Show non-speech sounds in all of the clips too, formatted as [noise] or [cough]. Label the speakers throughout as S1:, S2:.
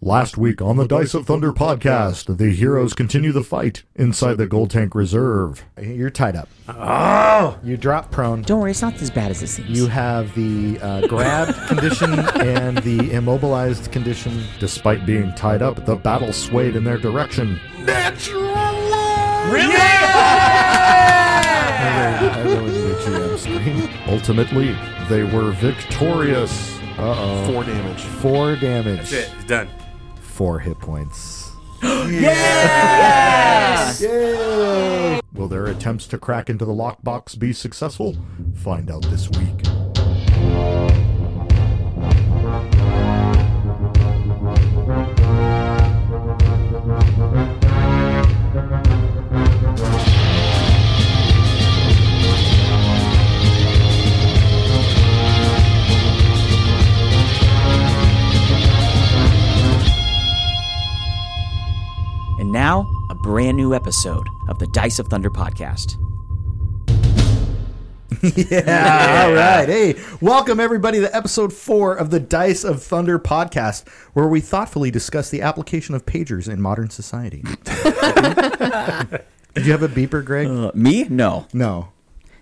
S1: Last week on the Dice of Thunder podcast, the heroes continue the fight inside the Gold Tank Reserve. Ah!
S2: You're tied up.
S3: Oh!
S2: You drop prone.
S4: Don't worry, it's not as bad as it seems.
S2: You have the uh, grabbed [laughs] condition and the immobilized condition.
S1: Despite being tied up, the battle swayed in their direction.
S3: Really?
S2: I really need a GM screen.
S1: Ultimately, they were victorious. Uh
S3: Four damage.
S2: Four damage.
S3: That's it. It's done.
S2: Four hit [gasps] points.
S1: oh. Will their attempts to crack into the lockbox be successful? Find out this week.
S4: And now, a brand new episode of the Dice of Thunder podcast.
S1: [laughs]
S2: Yeah. All right. Hey, welcome everybody to episode four of the Dice of Thunder podcast, where we thoughtfully discuss the application of pagers in modern society. Did you have a beeper, Greg?
S4: Uh, me? No.
S2: no,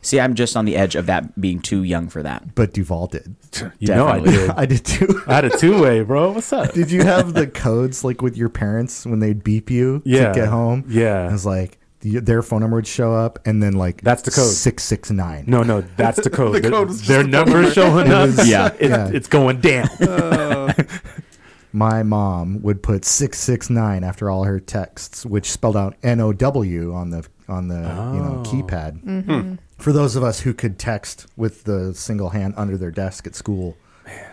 S4: See, I'm just on the edge of that being too young for that.
S2: but Duval did.
S5: You know I
S4: Definitely.
S5: did.
S2: I did too.
S5: [laughs] I had a two way, bro. What's up?
S2: Did you have the codes like with your parents when they'd beep you
S5: Yeah.
S2: to get home?
S5: Yeah.
S2: It was like the- their phone number would show up, and then like
S5: That's the code.
S2: six six nine.
S5: No, no, that's the
S3: [laughs]
S5: code. Their-
S3: code was just
S5: Their numbers showing up. [laughs]
S4: Yeah.
S5: It-
S2: Yeah.
S5: it's going [laughs] down.
S2: my mom would put 669 after all her texts which spelled out N-O-W on the on the you
S5: Oh.
S2: know keypad
S5: Hmm.
S2: for those of us who could text with the single hand under their desk at school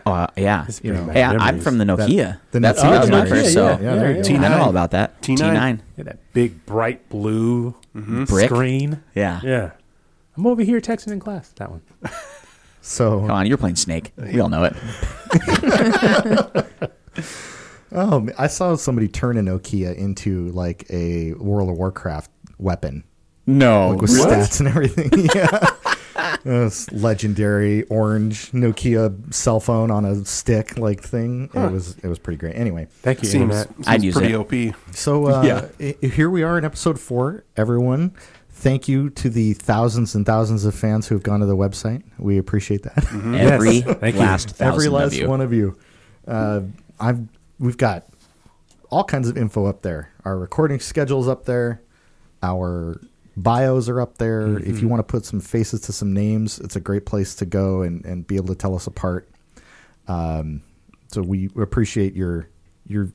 S4: Uh, yeah.
S5: You know,
S4: Hey, I- I'm from the
S2: that-
S4: Nokia.
S2: the
S4: That's
S2: Nokia
S4: what was my
S2: generation.
S4: first,
S2: Yeah,
S4: so
S2: yeah, yeah, there you go.
S4: I know all about that.
S5: T9.
S4: T9.
S5: Yeah, that big bright blue
S4: Brick.
S5: screen.
S4: Yeah.
S5: Yeah. I'm over here texting in class. That one.
S2: so
S4: Come on, you're playing Snake. We all know it.
S2: oh man, I saw somebody turn a Nokia into like a World of Warcraft weapon
S4: No.
S2: with stats and everything [laughs] yeah It was legendary orange Nokia cell phone on a stick like thing it was it was pretty great anyway
S5: Thank you,
S3: Seems,
S5: Internet.
S4: I'd
S3: seems
S4: use
S3: pretty
S4: it.
S3: OP.
S2: So uh,
S5: Yeah.
S2: i- here we are in episode four, everyone. Thank you to the thousands and thousands of fans who have gone to the website. We appreciate that. [laughs]
S4: Every
S5: Yes. Thank you.
S4: last thousand
S2: Every last
S4: of you.
S2: one of you. Uh, I've we've got all kinds of info up there. Our recording schedules up there. Our bios are up there. If
S4: Mm-hmm.
S2: you want to put some faces to some names, it's a great place to go and, and be able to tell us apart. Um, so we appreciate your your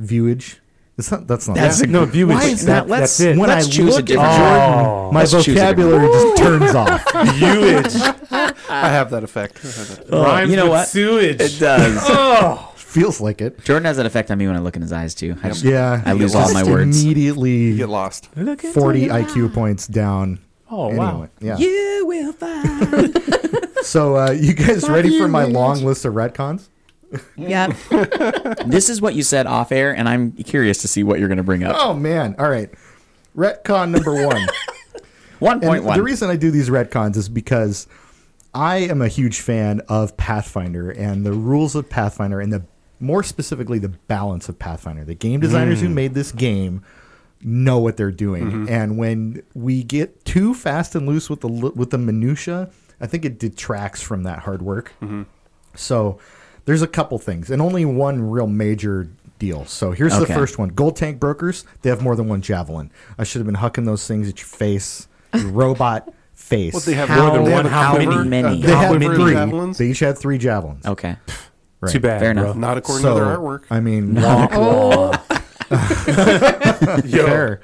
S2: viewage. It's not that's not
S4: That's
S5: Yeah.
S4: a-
S5: No, viewers.
S4: Why is
S5: That-
S4: that? Let's,
S5: that's it.
S2: When
S4: let's
S2: I
S4: choose a
S2: look-
S4: different
S5: Oh.
S4: Jordan.
S2: my
S4: Let's choose a different
S2: vocabulary just turns off.
S5: Viewage.
S3: I have that effect. I have that effect.
S4: Oh,
S5: Rhymes
S4: you know
S5: with
S4: what?
S3: [laughs]
S5: Sewage.
S4: [laughs] It does.
S3: Oh.
S2: Feels like it.
S4: Jordan has that effect on me when I look in his eyes too. I just-
S2: Yeah,
S4: I lose
S2: Just
S4: all my words.
S2: Immediately,
S3: You get lost.
S5: Look into
S2: forty
S5: it.
S2: IQ points down.
S5: Oh,
S2: anyway,
S5: wow.
S2: Yeah.
S4: You will find.
S2: So uh, you guys ready for my long list of retcons?
S6: Yep.
S4: this is what you said off air, and I'm curious to see what you're going to bring up.
S2: Oh man! All right, retcon number one.
S4: One
S2: And
S4: point one.
S2: The reason I do these retcons is because I am a huge fan of Pathfinder and the rules of Pathfinder and the more specifically the balance of Pathfinder. The game designers
S4: Mm.
S2: who made this game know what they're doing,
S4: Mm-hmm.
S2: and when we get too fast and loose with the li- with the minutia, I think it detracts from that hard work.
S4: Mm-hmm.
S2: So there's a couple things, and only one real major deal. So here's the
S4: Okay.
S2: first one: Gold Tank Brokers. They have more than one javelin. I should have been hucking those things at your face,
S4: [laughs]
S2: your robot face.
S3: What they have
S4: How-
S3: more than
S4: they
S3: one
S4: have how
S3: however,
S4: many?
S3: uh,
S4: They
S2: They had
S3: however
S2: three.
S3: javelins?
S2: They each had three javelins.
S4: okay.
S5: Too bad.
S4: Fair
S5: bro.
S4: enough. Oh.
S3: Not according
S2: So,
S3: to their artwork.
S2: I
S4: [laughs]
S2: mean,
S3: [laughs]
S2: wah, wah. fair.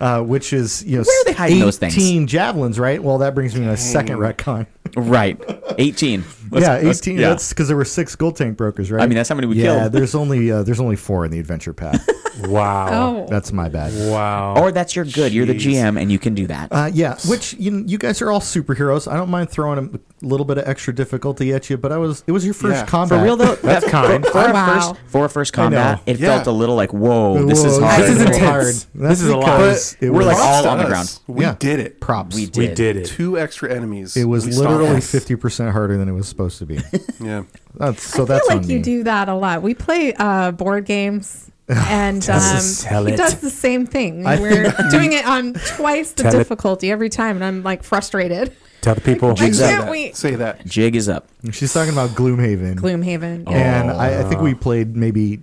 S2: Uh, which is you know
S4: Where are they hiding those things?
S2: eighteen javelins, right? Well, that brings me to my second retcon.
S4: Right. 18. Let's-
S2: yeah,
S4: let's-
S2: eighteen.
S4: yeah.
S2: That's because there were six gold tank brokers, right?
S4: I mean, that's how many we
S2: yeah,
S4: killed. [laughs]
S2: there's only uh, there's only four in the adventure path.
S5: Wow.
S6: Oh.
S2: That's my bad.
S5: Wow.
S4: Or that's your good. You're the
S5: Jeez.
S4: GM and you can do that.
S2: Uh, yeah, which you, you guys are all superheroes. I don't mind throwing a little bit of extra difficulty at you, but I was it was your first
S3: Yeah.
S2: combat.
S4: for real though,
S5: That's kind.
S4: For a
S6: Wow.
S4: first, for a first combat, it
S3: Yeah.
S4: felt a little like, whoa, Oh, this is
S2: Whoa,
S4: hard.
S5: This is intense.
S2: That's
S5: This is a lot.
S2: because
S5: But
S2: it
S4: we're
S2: was
S4: like all
S3: Props to
S4: on the
S3: us.
S4: ground.
S3: We
S2: Yeah.
S3: did it.
S2: props.
S4: We
S5: we
S4: did.
S5: did it.
S3: Two extra enemies.
S2: It was
S3: We stopped
S2: literally
S3: us.
S2: fifty percent harder than it was supposed to be.
S3: Yeah.
S2: That's so
S6: I feel
S2: that's
S6: like
S2: on
S6: you
S2: me.
S6: do that a lot. We play uh, board
S2: [laughs]
S6: games,
S2: Oh,
S6: and um,
S5: us, tell
S6: he
S5: it.
S6: does the same thing.
S2: I
S6: We're
S2: think-
S6: doing it on twice the
S5: Tell it.
S6: difficulty every time, and I'm like frustrated.
S5: Tell the people.
S6: Like,
S3: Say
S6: Can't
S3: that.
S6: we-
S3: Say that.
S4: Jig is up.
S2: She's talking about Gloomhaven,
S6: Gloomhaven. Yeah.
S2: and I, I think we played maybe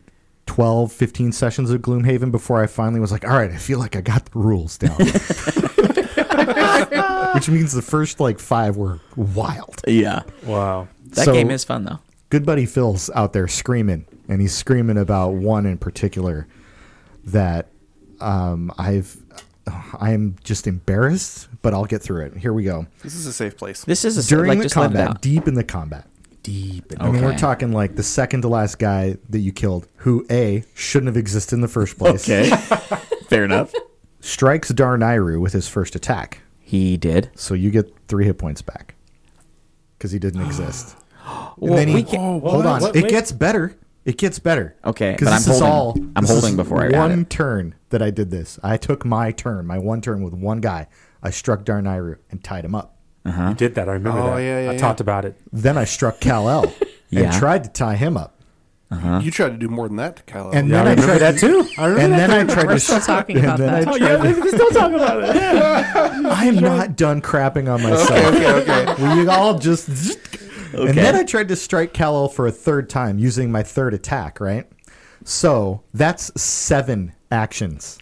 S2: 12, 15 sessions of Gloomhaven before I finally was like, all right, I feel like I got the rules down. [laughs] Which means the first like five were wild.
S4: Yeah.
S5: Wow.
S4: That
S2: So-
S4: game is fun though.
S2: good buddy Phil's out there screaming, and he's screaming about one in particular that um, I've I'm just embarrassed, but I'll get through it. Here we go.
S3: This is a safe place.
S4: This is a
S2: During
S4: like
S2: the
S4: just let it
S2: combat,
S4: out.
S2: deep in the combat. Deep. I mean,
S4: Okay.
S2: we're talking like the second to last guy that you killed, who a shouldn't have existed in the first place. [laughs]
S4: Fair enough.
S2: Strikes Darnayru with his first attack,
S4: He did.
S2: so you get three hit points back because he didn't
S4: [gasps]
S2: exist.
S4: Well,
S2: then he-
S4: we can-
S2: Hold on.
S5: what-
S2: it
S5: wait.
S2: gets better. It gets better.
S4: Okay,
S2: Because
S4: but
S2: this
S4: I'm
S2: is
S4: holding-
S2: all.
S4: I'm
S2: this is
S4: holding before I got
S2: One
S4: it.
S2: turn that I did this. I took my turn, my one turn with one guy. I struck Darnayru and tied him up.
S5: You did that. I remember
S3: Oh,
S5: that.
S3: yeah, yeah,
S5: I
S3: yeah.
S5: talked about it.
S2: Then I struck Kal
S4: [laughs]
S2: El
S4: Yeah.
S2: and tried to tie him up.
S3: You tried to do more than that to Kyle.
S2: And
S3: Allen.
S5: Yeah, I
S2: then I,
S5: remember
S2: tried.
S5: that too. Oh, I remember
S2: and then I tried to.
S6: We're still
S2: sh-
S6: talking
S2: and
S6: about
S2: then I
S6: that.
S2: tried-
S5: we still talk about it.
S2: I am not done crapping on myself.
S3: okay, okay.
S2: [laughs] Will you all just. And then I tried to strike Kal-El for a third time using my third attack, right? So that's seven actions.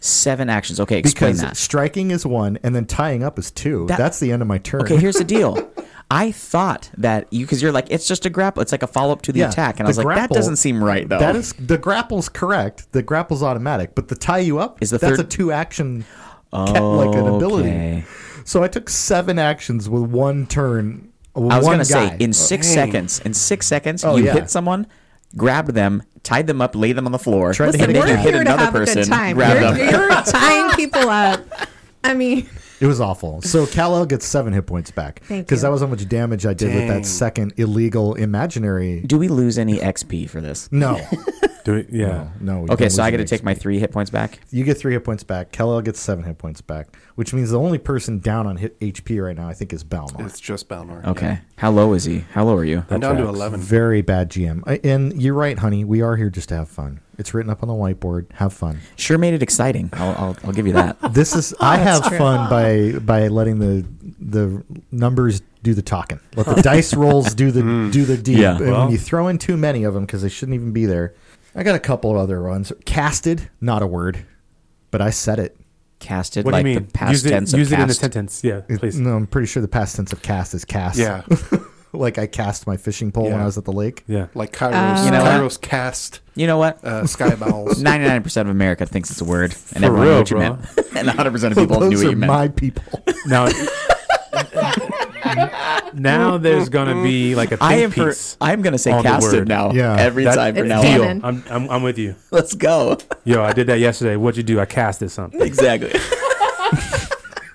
S4: Seven actions. Okay, explain
S2: because
S4: that.
S2: striking is one and then tying up is two.
S4: That-
S2: That's the end of my turn.
S4: Okay, here's the deal. I thought that you because you're like it's just a grapple. It's like a follow up to the
S2: Yeah,
S4: attack, and
S2: the
S4: I was like that
S2: grapple-
S4: doesn't seem right though.
S2: That is the grapple's correct. The grapple's automatic, but the tie you up
S4: Is the
S2: that's
S4: third-
S2: a
S4: Oh,
S2: two action ca- like an ability.
S4: Okay.
S2: So I took seven actions with one turn. With
S4: I was
S2: one
S4: gonna
S2: guy.
S4: say in six
S3: Dang.
S4: seconds. In six seconds,
S2: Oh,
S4: you
S2: yeah.
S4: hit someone, grabbed them, tied them up, laid them on the floor,
S2: Tried to
S4: and
S6: Listen,
S2: hit
S4: then you
S6: we're
S4: hit
S6: here to
S4: another
S6: have a good
S4: person,
S6: time.
S4: grabbed them.
S6: You're, you're
S4: [laughs]
S6: tying people up. I mean,
S2: it was awful. So Kal-El gets seven hit points back
S6: Thank
S2: because
S6: you.
S2: that was how much damage I did with
S3: Dang.
S2: that second illegal imaginary.
S4: Do we lose any XP for this? [laughs]
S2: No,
S5: Do it.
S4: Oh.
S5: Yeah.
S2: no. we
S4: Okay,
S2: don't
S4: so I
S2: lose
S4: got to
S2: any
S4: take my three hit points back.
S2: You get three hit points back. Kellel gets seven hit points back, which means the only person down on hit HP right now, I think, is Balmor.
S3: It's just Balnor.
S4: Okay, how low is he? How low are you?
S3: I'm down to
S5: tracks.
S3: 11.
S2: Very bad GM. I- And you're right, honey. We are here just to have fun. It's written up on the whiteboard. Have fun.
S4: Sure made it exciting. I'll I'll, I'll give
S2: [laughs]
S4: you that.
S2: This is I have fun by by letting the the numbers do the talking. Let the dice rolls do the do the deed.
S4: Mm. Yeah.
S2: and
S5: Well.
S2: when you throw in too many of them because they shouldn't even be there. I got a couple of other ones. Casted, not a word, but I said it.
S4: Casted
S5: What
S4: like
S5: do you
S4: the
S5: mean?
S4: past
S5: use it,
S4: tense
S5: use
S4: of
S5: it in a
S4: cast.
S5: sentence. Yeah, please.
S2: No, I'm pretty sure the past tense of cast is cast.
S3: Yeah.
S2: [laughs] like I cast my fishing pole when
S3: Yeah.
S2: I was at the lake.
S5: [laughs] Yeah.
S3: Like Kairos.
S6: Uh,
S4: You know what?
S3: Kairos cast
S4: you know what?
S3: uh, sky bowels.
S4: Ninety nine percent of America thinks it's a word,
S5: For
S4: and everyone knew
S5: real,
S4: what you
S5: bro.
S4: meant, [laughs] and
S2: [laughs]
S4: hundred percent of people knew
S2: Those
S4: what
S2: are
S4: you meant.
S2: my people.
S5: [laughs] Now, now there's gonna be like a think
S4: I am for,
S5: piece.
S4: I'm gonna say
S5: on the
S4: casted
S5: word.
S4: now.
S2: Yeah.
S4: every
S5: That-
S4: time for
S6: It's
S4: now.
S6: canon.
S4: on. [laughs]
S5: Deal. I'm, I'm I'm with you.
S4: Let's go.
S5: Yo, I did that yesterday. What'd you do? I casted [laughs] something.
S4: Exactly. [laughs]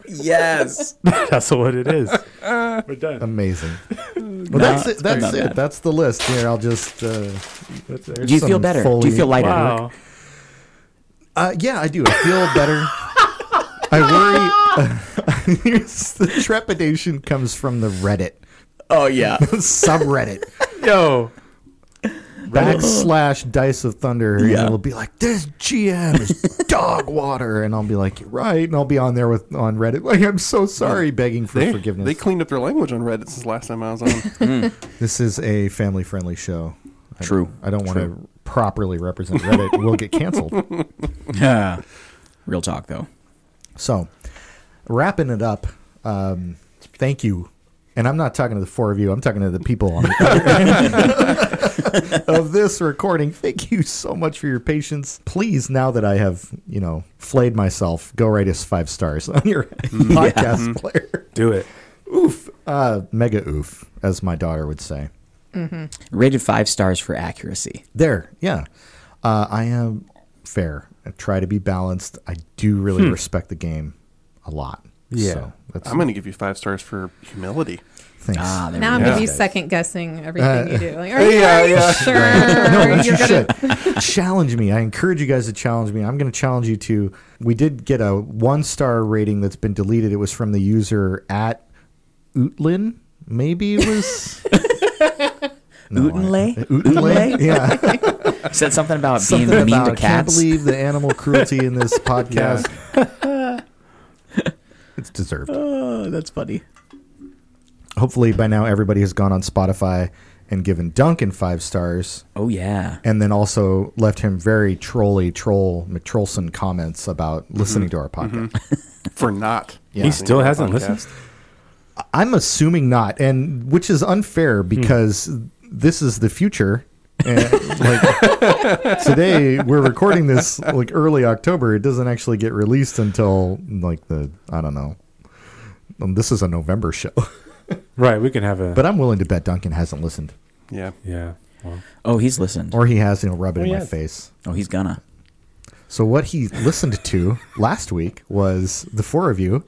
S4: yes.
S5: That's what it [laughs] is. We're done.
S2: Amazing. Well, that's it. That's
S4: not
S2: it.
S4: bad.
S2: That's the list. Here, I'll just. Uh,
S4: Do you feel
S2: some
S4: better? Do
S2: foley-
S4: you feel lighter?
S5: Wow.
S2: uh, yeah, I do. I feel better. I worry. [laughs] Here's the trepidation comes from the Reddit [laughs]
S4: Oh yeah. [laughs]
S2: subreddit
S5: Yo.
S2: backslash Dice of Thunder,
S4: Yeah.
S2: and it'll be like this GM is dog water, and I'll be like, "You're right, and I'll be on there with on Reddit. Like, I'm so sorry, begging for
S3: They,
S2: forgiveness.
S3: they cleaned up their language on Reddit since last time I [laughs] was on.
S2: This is a family friendly show. I
S4: True.
S2: don't- I don't want to properly represent Reddit. we'll get
S4: [laughs]
S2: canceled.
S4: Real talk though.
S2: So, wrapping it up, um, thank you. And I'm not talking to the four of you, I'm talking to the people on the other end of this recording. Thank you so much for your patience. Please, now that I have, you know, flayed myself, go rate us five stars on
S4: [laughs]
S2: your podcast player.
S5: Do it.
S2: Uh, mega oof, as my daughter would say.
S4: Rated five stars for accuracy.
S2: There, yeah. Uh, I am fair. I try to be balanced. I do really respect the game a lot.
S5: Yeah.
S2: So that's
S3: I'm going to give you five stars for humility.
S2: thanks.
S4: Ah, there
S6: Now I'm
S4: we
S3: Yeah.
S6: gonna be
S3: Guys.
S6: second guessing everything you do. Like, are you,
S3: yeah,
S6: are you
S3: yeah.
S6: sure?
S2: No, that's
S6: You're
S2: your
S6: gonna-
S2: shit. challenge me. I encourage you guys to challenge me. I'm going to challenge you to. We did get a one star rating that's been deleted. It was from the user at Utlin. Maybe it was
S4: go. Utenle?
S2: Utlin. Yeah,
S4: [laughs] Said something about
S2: something
S4: being mean
S2: about
S4: to
S2: I can't
S4: cats.
S2: believe the animal cruelty in this podcast. it's deserved.
S4: oh, that's funny.
S2: Hopefully, by now everybody has gone on Spotify and given Duncan five stars.
S4: Oh yeah.
S2: and then also left him very trolly troll McTrolson comments about listening to our podcast.
S3: For not.
S2: Yeah.
S5: He still hasn't listened.
S2: I'm assuming not, and which is unfair because this is the future. And like [laughs] today, we're recording this like early October. It doesn't actually get released until like the I don't know. Um, this is a November show, [laughs]
S5: Right. We can have a.
S2: but I'm willing to bet Duncan hasn't listened,
S3: Yeah.
S5: yeah. Well,
S4: Oh, he's listened.
S2: or he has. and He'll rub it
S5: Oh,
S2: in my
S5: yeah.
S2: face.
S4: Oh, he's gonna.
S2: So what he listened to last week was the four of you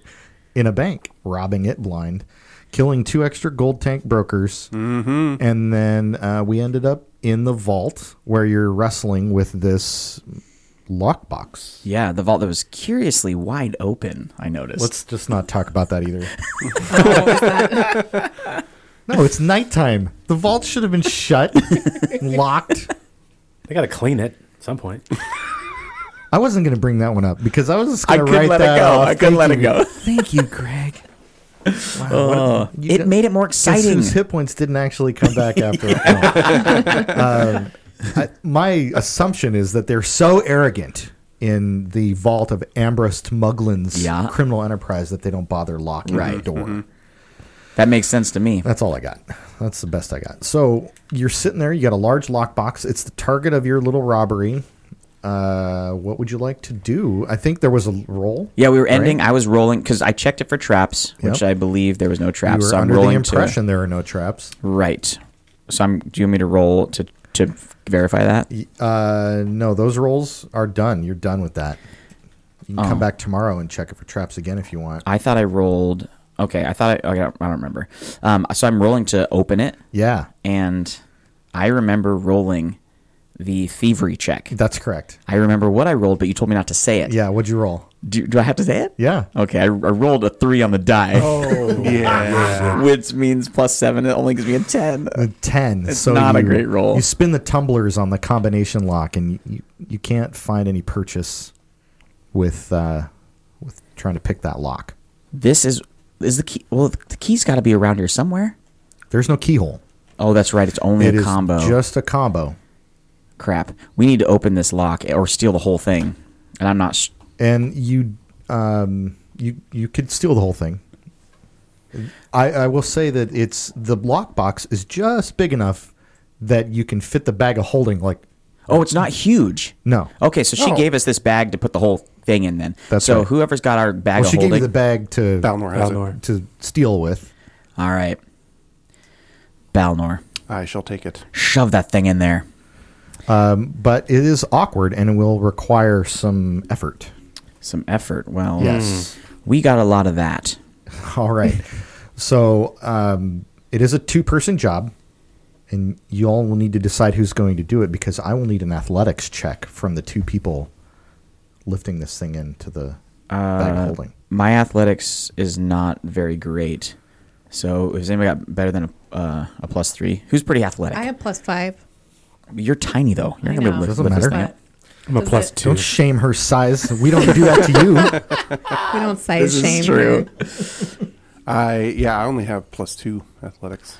S2: in a bank robbing it blind, killing two extra gold tank brokers,
S4: Mm-hmm.
S2: and then uh, we ended up in the vault where you're wrestling with this lockbox.
S4: Yeah, the vault that was curiously wide open. I noticed.
S2: Let's just not talk about that
S4: [laughs]
S2: either. no, it's nighttime. The vault should have been shut, [laughs] locked.
S5: they got to clean it at some point.
S2: I wasn't going to bring that one up because I was just
S4: I
S2: going to
S4: couldn't
S2: write
S4: let it
S2: that
S4: go.
S2: off.
S4: I couldn't
S2: Thank
S4: let it
S2: you.
S4: go.
S2: Thank you, Greg. Wow, what a-
S4: Oh,
S2: you
S4: it
S2: got-
S4: made it more
S2: Guess
S4: exciting.
S2: whose hit points didn't actually come back after.
S4: [laughs]
S2: all? Um, I- my assumption is that they're so arrogant in the vault of Ambrose Muglin's
S4: Yeah.
S2: criminal enterprise that they don't bother locking the
S4: Right. Mm-hmm.
S2: door.
S4: That makes sense to me.
S2: That's all I got. That's the best I got. So you're sitting there. You got a large lockbox. It's the target of your little robbery. Uh, what would you like to do? I think there was a roll.
S4: Yeah, we were ending. I was rolling because I checked it for traps, which
S2: Yep.
S4: I believe there was no
S2: You
S4: traps.
S2: were
S4: so I'm
S2: under the
S4: rolling
S2: impression there are no traps.
S4: to right. So I'm. Do you want me to roll to to verify that?
S2: Uh, no, those rolls are done. You're done with that. You can come
S4: Oh.
S2: back tomorrow and check it for traps again if you want.
S4: I thought I rolled. Okay, I thought I. I don't, I don't remember. Um, so I'm rolling to open it,
S2: yeah,
S4: and I remember rolling the thievery check.
S2: that's correct.
S4: I remember what I rolled, but you told me not to say it.
S2: Yeah, what'd you roll?
S4: Do, do I have to say it?
S2: Yeah.
S4: Okay, I, I rolled a three on the die,
S2: Oh,
S4: [laughs]
S5: Yeah.
S4: which means plus seven. It only gives me a ten.
S2: A ten.
S4: It's
S2: so
S4: not a
S2: you-
S4: great roll.
S2: You spin the tumblers on the combination lock, and you, you, you can't find any purchase with uh, with trying to pick that lock.
S4: This is is the key. Well, the key's got to be around here somewhere.
S2: There's no keyhole.
S4: Oh, that's right. It's only
S2: It
S4: a
S2: is
S4: combo.
S2: just a combo.
S4: Crap. We need to open this lock or steal the whole thing. And I'm not. Sh-
S2: and you um, you you could steal the whole thing. I, I will say that it's the block box is just big enough that you can fit the bag of holding. Like
S4: oh, it's not huge.
S2: No.
S4: Okay, so she
S3: No.
S4: gave us this bag to put the whole thing in. Then.
S2: That's
S4: so
S2: right.
S4: whoever's got our bag
S2: well,
S4: of
S2: she
S4: holding.
S2: gave you the bag to
S3: Balnor has
S5: Balnor.
S3: it.
S2: to steal with.
S4: All right. Balnor,
S3: I shall take it.
S4: shove that thing in there.
S2: But it is awkward and it will require some effort.
S4: Some effort. Well, We got a lot of that.
S2: [laughs] All right. so um, it is a two-person job, and you all will need to decide who's going to do it because I will need an athletics check from the two people lifting this thing into the bag of holding.
S4: My athletics is not very great. So if anybody got better than a, uh, a plus three, who's pretty athletic?
S6: I have plus five.
S4: You're tiny though. You're
S6: I
S4: not gonna be
S6: know.
S4: able to lift,
S2: Doesn't
S4: lift this
S2: matter.
S4: thing up.
S6: But
S5: I'm a
S6: Does
S5: plus
S6: it-
S5: two.
S2: Don't shame her size. We don't do that to you.
S6: we don't size shame. here.
S3: I yeah, I only have plus two athletics.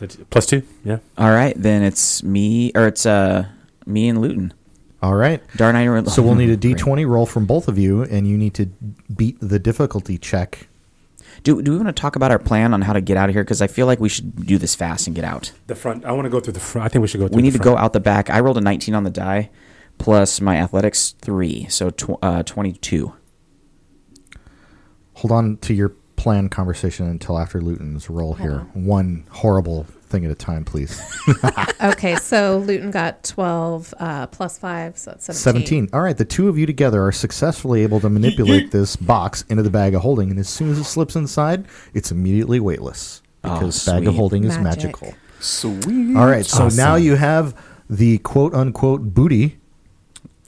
S5: It's plus two. Yeah.
S4: All right, then it's me or it's uh me and Luton.
S2: All right.
S4: Darn, I don't.
S2: So we'll need a
S4: Oh, Great.
S2: D20 roll from both of you, and you need to beat the difficulty check.
S4: Do Do we want to talk about our plan on how to get out of here? Because I feel like we should do this fast and get out.
S5: The front. I want to go through the front. I think we should go. Through
S4: We need
S5: the
S4: to go out the back. I rolled a 19 on the die, plus my athletics three, so tw- uh, 22.
S2: Hold on to your plan conversation until after Luton's roll here. One horrible thing at a time, please.
S6: Okay, so Luton got 12 uh, plus 5, so that's 17.
S2: 17. All right, the two of you together are successfully able to manipulate this box into the bag of holding, and as soon as it slips inside, it's immediately weightless
S4: Oh,
S2: because bag
S4: sweet.
S2: of holding is
S6: Magic.
S2: magical.
S3: Sweet.
S2: All right, so now
S5: Awesome.
S2: you have the quote unquote booty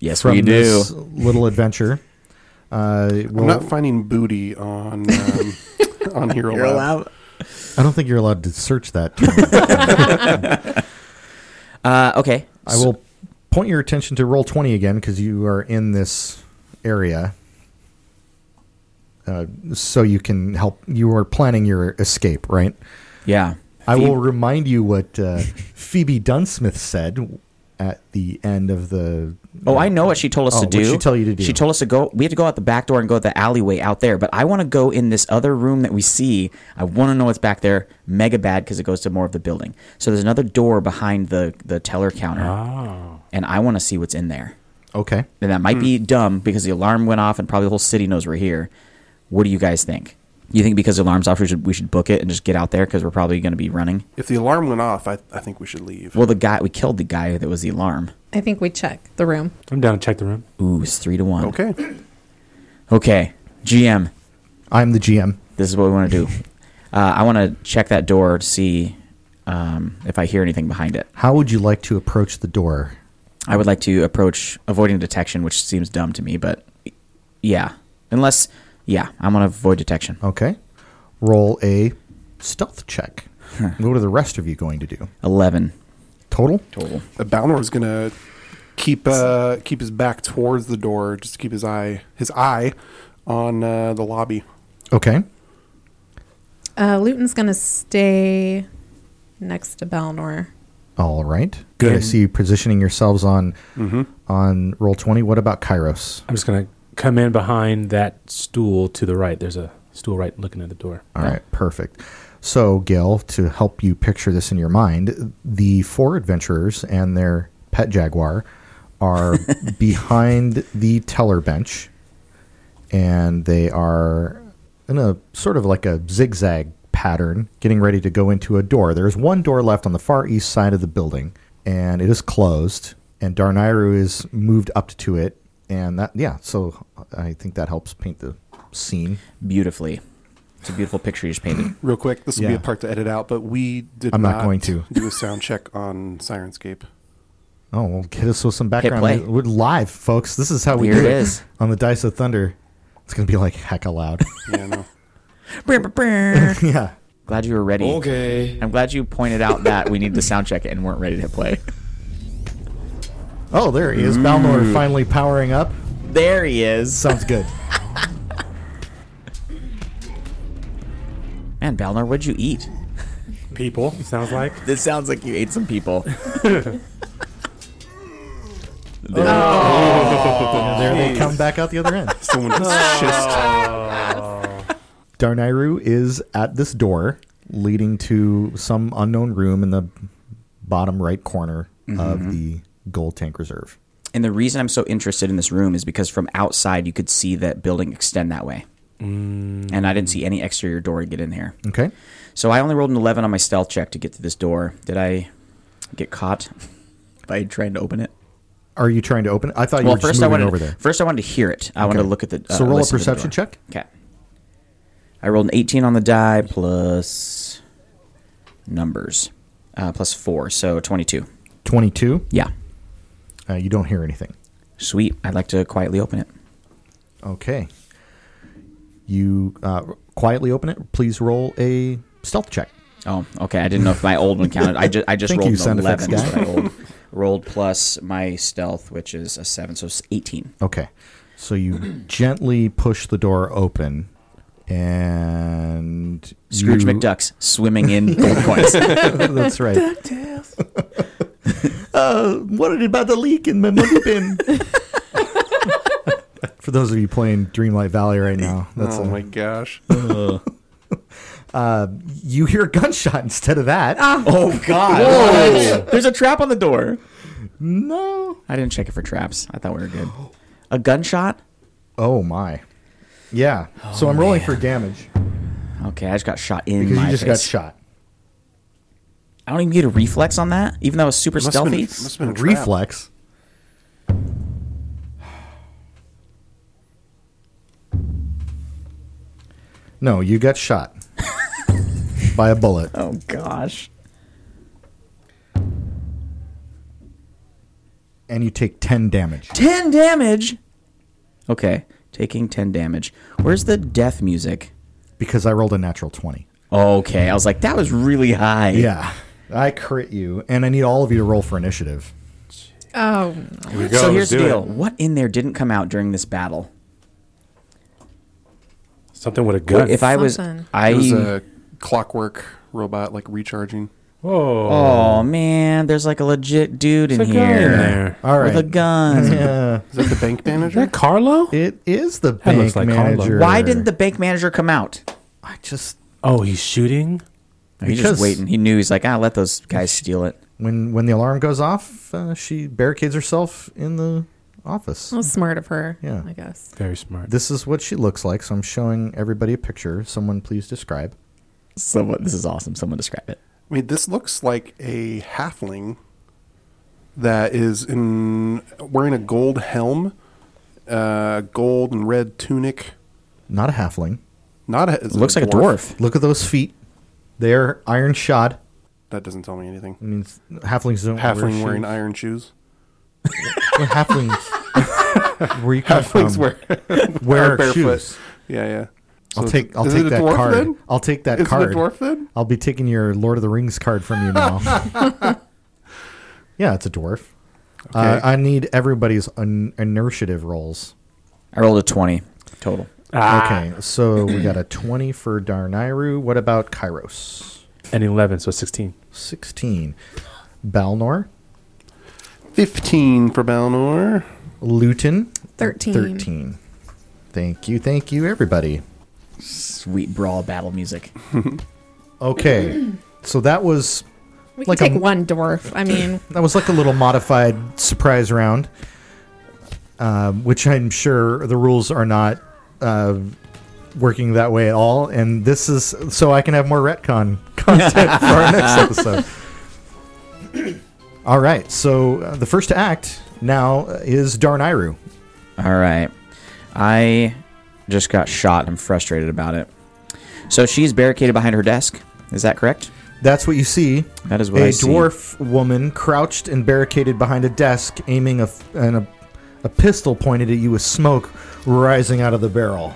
S4: Yes,
S2: from
S4: we do.
S2: this little adventure. Uh, well,
S3: I'm not finding booty
S2: [laughs]
S3: on um, on Hero Lab.
S2: I don't think you're allowed to search that. term.
S4: Uh, okay.
S2: I will point your attention to roll 20 again because you are in this area. Uh, so you can help. You are planning your escape, right?
S4: Yeah.
S2: I
S4: Phoebe-
S2: will remind you what uh, Phoebe Dunsmith said at the end of the.
S4: Oh, I know what she told us
S2: Oh,
S4: to do.
S2: what'd she tell you to do?
S4: She told us to go. We had to go out the back door and go out the alleyway out there. But I want to go in this other room that we see. I want to know what's back there. Mega bad because it goes to more of the building. So there's another door behind the the teller counter,
S2: Ah.
S5: Oh.
S4: and I want to see what's in there.
S2: Okay.
S4: And that might
S2: Hmm.
S4: be dumb because the alarm went off and probably the whole city knows we're here. What do you guys think? You think because the alarm's off, we should we should book it and just get out there because we're probably going to be running.
S3: If the alarm went off, I, I think we should leave.
S4: Well, the guy we killed the guy that was the alarm.
S6: I think we check the room.
S5: I'm down to check the room.
S4: Ooh, it's three to one.
S3: okay.
S4: Okay. GM,
S2: I'm the GM.
S4: this is what we want to do. Uh, I want to check that door to see um, if I hear anything behind it.
S2: How would you like to approach the door?
S4: I would like to approach avoiding detection, which seems dumb to me, but yeah, unless yeah, I'm gonna avoid detection.
S2: Okay. Roll a stealth check. What are the rest of you going to do?
S4: Eleven
S2: Total?
S4: total.
S3: Uh, Balnor's gonna keep uh, keep his back towards the door, just to keep his eye his eye on uh, the lobby.
S2: Okay.
S6: Uh, Luton's going to stay next to Balnor.
S2: All right.
S5: Good.
S2: I see you positioning yourselves on on roll 20. What about Kairos?
S5: I'm just gonna come in behind that stool to the right. There's a stool right looking at the door.
S2: All right, perfect. So, Gail, to help you picture this in your mind, the four adventurers and their pet jaguar are behind the teller bench, and they are in a sort of like a zigzag pattern, getting ready to go into a door. There's one door left on the far east side of the building, and it is closed. And Darnayru is moved up to it, and that yeah. So I think that helps paint the scene.
S4: Beautifully. It's a beautiful picture you just
S3: [laughs]
S4: painted.
S3: Real quick, this will be
S2: Yeah.
S3: a part to edit out, but we did.
S2: I'm not going to.
S3: do a sound check on Sirenscape.
S2: Oh, well, get us with some background.
S4: play.
S2: music. We're live, folks. This is how we
S4: Here
S2: do
S4: it is.
S2: on the Dice of Thunder. It's going to be like heck
S4: [laughs]
S2: loud. [laughs]
S3: Yeah, no.
S2: yeah.
S4: Glad you were ready.
S7: Okay.
S4: I'm glad you pointed out that we need to sound check it and weren't ready to play.
S2: Oh, there he is. Balnor finally powering up.
S4: [laughs] There he is.
S2: Sounds good.
S4: Man, Balnor, what'd you eat?
S5: People sounds like
S4: This sounds like you ate some people.
S2: there they come back out the other end.
S3: [laughs] Someone just shissed.
S2: Darnayru is at this door leading to some unknown room in the bottom right corner of the gold tank reserve.
S4: And the reason I'm so interested in this room is because from outside you could see that building extend that way. And I didn't see any exterior door to get in here.
S2: Okay.
S4: So I only rolled an 11 on my stealth check to get to this door. Did I get caught [laughs] by trying to open it?
S2: Are you trying to open it? I thought you
S4: Well,
S2: were just
S4: first I
S2: moving
S4: wanted
S2: over there.
S4: first I wanted to hear it. I wanted to
S2: Okay.
S4: look at the. uh,
S2: So roll a
S4: listen to the
S2: perception
S4: door.
S2: check?
S4: Okay. I rolled an 18 on the die plus numbers, uh, plus four, so 22.
S2: 22.
S4: Yeah,
S2: Uh, you don't hear anything.
S4: sweet. I'd like to quietly open it.
S2: Okay. You uh, quietly open it. Please roll a stealth check.
S4: Oh, okay. I didn't know if my old one counted. I just I just
S2: Thank
S4: rolled
S2: you,
S4: an
S2: sound effects
S4: eleven. is
S2: guy.
S4: what I rolled. rolled plus my stealth, which is a seven, so it's eighteen.
S2: Okay. So you gently push the door open, and
S4: Scrooge
S2: you-
S4: McDuck's swimming in gold
S2: [laughs]
S4: coins.
S2: That's right. Ducktails. [laughs] uh, what about the leak in my money bin? For those of you playing Dreamlight Valley right now, that's
S3: oh
S2: a-
S3: my gosh.
S2: you hear a gunshot instead of that.
S4: oh God! Whoa. There's a trap on the door.
S2: no.
S4: I didn't check it for traps. I thought we were good. A gunshot.
S2: Oh my. Yeah. so I'm rolling for damage
S4: Okay, I just got shot in
S2: because
S4: my
S2: you just got
S4: face.
S2: shot.
S4: I don't even get a reflex on that, even though I was super
S3: Must've
S4: stealthy.
S3: Been, must've been a trap.
S2: Reflex. No, you got [laughs] shot by a bullet.
S4: oh gosh.
S2: and you take 10 damage.
S4: 10 damage. Okay, taking 10 damage. Where's the death music?
S2: Because I rolled a natural 20.
S4: Okay, I was like, that was really high.
S2: Yeah. I crit you, and I need all of you to roll for initiative.
S6: Oh,
S5: Here we go.
S4: So
S5: let's
S4: here's the
S5: do it.
S4: deal what in there didn't come out during this battle?
S5: Something with a gun.
S4: If I was.
S6: Something.
S4: I.
S3: It was a clockwork robot, like recharging.
S5: Whoa.
S4: oh, man, there's like a legit dude in
S5: There's a
S4: here.
S5: guy in there.
S2: All right.
S4: With a
S2: [laughs]
S4: gun.
S2: Yeah.
S3: Is that
S2: [laughs]
S3: the bank
S5: Is
S3: manager?
S5: that Carlo?
S2: It is the
S5: That
S2: bank
S5: looks like Harlow.
S2: manager.
S4: Why didn't the bank manager come out?
S2: I just
S5: Oh, he's shooting.
S4: He's
S2: Because-
S4: just waiting. He knew. He's like, ah, let those guys steal it.
S2: when when the alarm goes off, uh, she barricades herself in the office.
S6: that was smart of her.
S2: Yeah.
S6: I guess.
S5: Very smart.
S2: This is what she looks like. So I'm showing everybody a picture. Someone please describe.
S4: Someone, this is awesome. Someone describe it.
S3: I mean, this looks like a halfling that is in wearing a gold helm, uh, gold and red tunic.
S2: Not a halfling.
S3: Not a, is it
S4: Looks like a dwarf.
S2: Look at those feet. They're iron shod.
S3: That doesn't tell me anything.
S2: I mean, halflings don't wear
S3: Halfling
S2: shoes.
S3: wearing [laughs]
S2: [laughs]
S3: iron shoes.
S2: Well, halflings. [laughs] Where you come
S3: Halflings
S2: from?
S3: wear
S2: wear
S3: are barefoot.
S2: shoes.
S3: Um, [laughs] Yeah, yeah.
S2: I'll
S3: So
S2: take. I'll
S3: is
S2: take
S3: it a
S2: that
S3: dwarf
S2: card.
S3: Then?
S2: I'll take that
S3: Is it a
S2: card.
S3: dwarf then?
S2: I'll be taking your Lord of the Rings card from you
S3: [laughs]
S2: now. yeah, it's a dwarf. Uh,
S3: Okay.
S2: I need everybody's in- initiative rolls.
S4: I rolled a 20 total.
S5: Ah,
S3: Ah.
S2: Okay, so we got a twenty for Darnayru. What about Kairos?
S5: And 11, so 16.
S2: Sixteen. Balnor,
S3: Fifteen for Balnor.
S2: Luton,
S6: 13.
S2: Thirteen. Thank you, thank you, everybody.
S4: Sweet brawl battle music.
S2: Okay, so that was
S6: We
S2: Like
S6: can take
S2: a-
S6: one dwarf.
S2: [laughs]
S6: I mean,
S2: That was like a little modified surprise round, um, which I'm sure the rules are not uh, working that way at all. And this is so I can have more retcon [laughs] content for our next episode. all right, so uh, the first to act now is Darnayru.
S4: All right. I just got shot. I'm frustrated about it. So she's barricaded behind her desk. Is that correct?
S2: That's what you see.
S4: That is what
S2: a
S4: I see.
S2: dwarf woman crouched and barricaded behind a desk, aiming a, f- and a, a pistol pointed at you with smoke rising out of the barrel.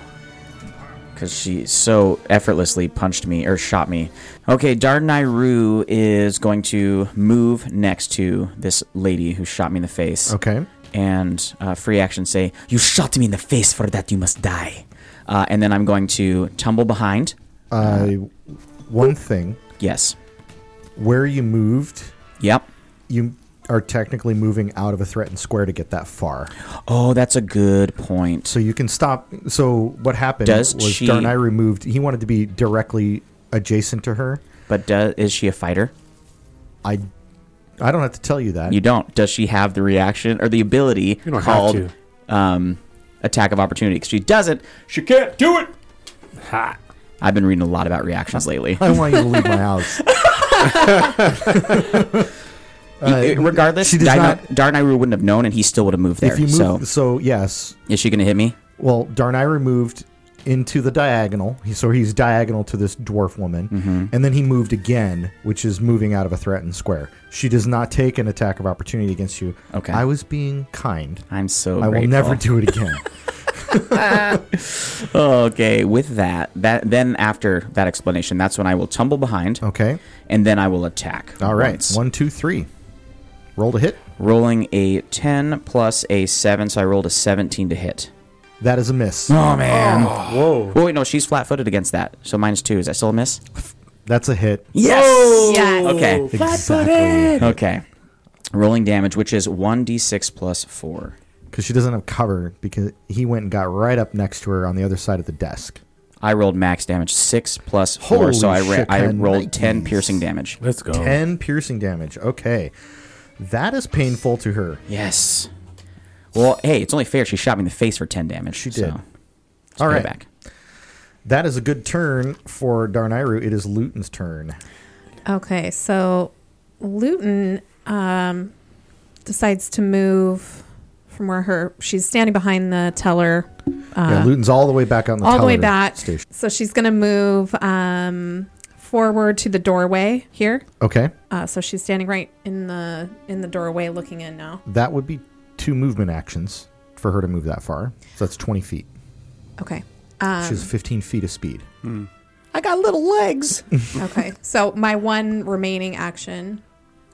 S4: Because she so effortlessly punched me or shot me. Okay, Darnayru is going to move next to this lady who shot me in the face.
S2: Okay.
S4: and uh, free action say, You shot me in the face, for that you must die. Uh, and then I'm going to tumble behind.
S2: Uh, one thing,
S4: Yes.
S2: where you moved,
S4: Yep.
S2: you are technically moving out of a threatened square to get that far.
S4: Oh, that's a good point.
S2: So you can stop. So what happened
S4: Does
S2: was
S4: she-
S2: Darnay removed. He wanted to be directly adjacent to her.
S4: But do, is she a fighter?
S2: I, I don't have to tell you that.
S4: You don't. Does she have the reaction or the ability
S5: You don't have
S4: called
S5: to.
S4: Um, attack of opportunity? Because she doesn't. She can't do it.
S5: Ha.
S4: I've been reading a lot about reactions lately.
S2: I want you to leave my
S4: [laughs]
S2: house.
S4: Y- uh, Regardless,
S2: Uh, she does
S4: Darna-
S2: not-
S4: Darnayru wouldn't have known, and he still would have moved there.
S2: if you move,
S4: so,
S2: so, yes.
S4: is she going to hit me?
S2: Well, Darnay removed into the diagonal. He, so he's diagonal to this dwarf woman,
S4: Mm-hmm.
S2: and then he moved again, which is moving out of a threatened square. She does not take an attack of opportunity against you.
S4: Okay.
S2: I was being kind.
S4: I'm so.
S2: I will never
S4: grateful.
S2: do it
S4: [laughs]
S2: again.
S4: Okay, with that, that then after that explanation, that's when I will tumble behind,
S2: okay.
S4: and then I will attack.
S2: Oh. All right.
S4: once.
S2: One, two, three. Roll to hit.
S4: rolling a ten plus a seven, so I rolled a seventeen to hit.
S2: That is a miss.
S4: Oh man! Oh,
S5: Whoa.
S4: wait, no, she's flat-footed against that, so minus two. Is that still a miss? Oh!
S2: That's a hit.
S4: Yes.
S6: Yes.
S4: Okay.
S2: Exactly.
S4: Okay. Rolling damage, which is one d six plus four.
S2: Because she doesn't have cover because he went and got right up next to her on the other side of the desk.
S4: I rolled max damage six plus four, so I
S2: Holy
S4: ra- I rolled ten
S2: shit-a-nikes.
S4: piercing damage.
S5: Let's go.
S2: 10 piercing damage. Okay. That is painful to her.
S4: Yes. Well, hey, it's only fair. She shot me in the face for ten damage.
S2: She
S4: so
S2: did.
S4: let's
S2: All
S4: pay
S2: right.
S4: back.
S2: That is a good turn for Darnayru. It is Luton's turn.
S6: okay. So Luton um, decides to move from where her she's standing behind the teller. Uh,
S2: yeah, Luton's all the way back on the
S6: all the way
S2: Telluride
S6: back.
S2: station.
S6: So she's going to move um, forward to the doorway here.
S2: Okay,
S6: Uh, so she's standing right in the in the doorway, looking in now.
S2: that would be two movement actions for her to move that far. So that's twenty feet.
S6: Okay. Um,
S2: she has fifteen feet of speed.
S4: I got little legs.
S6: okay. So my one remaining action,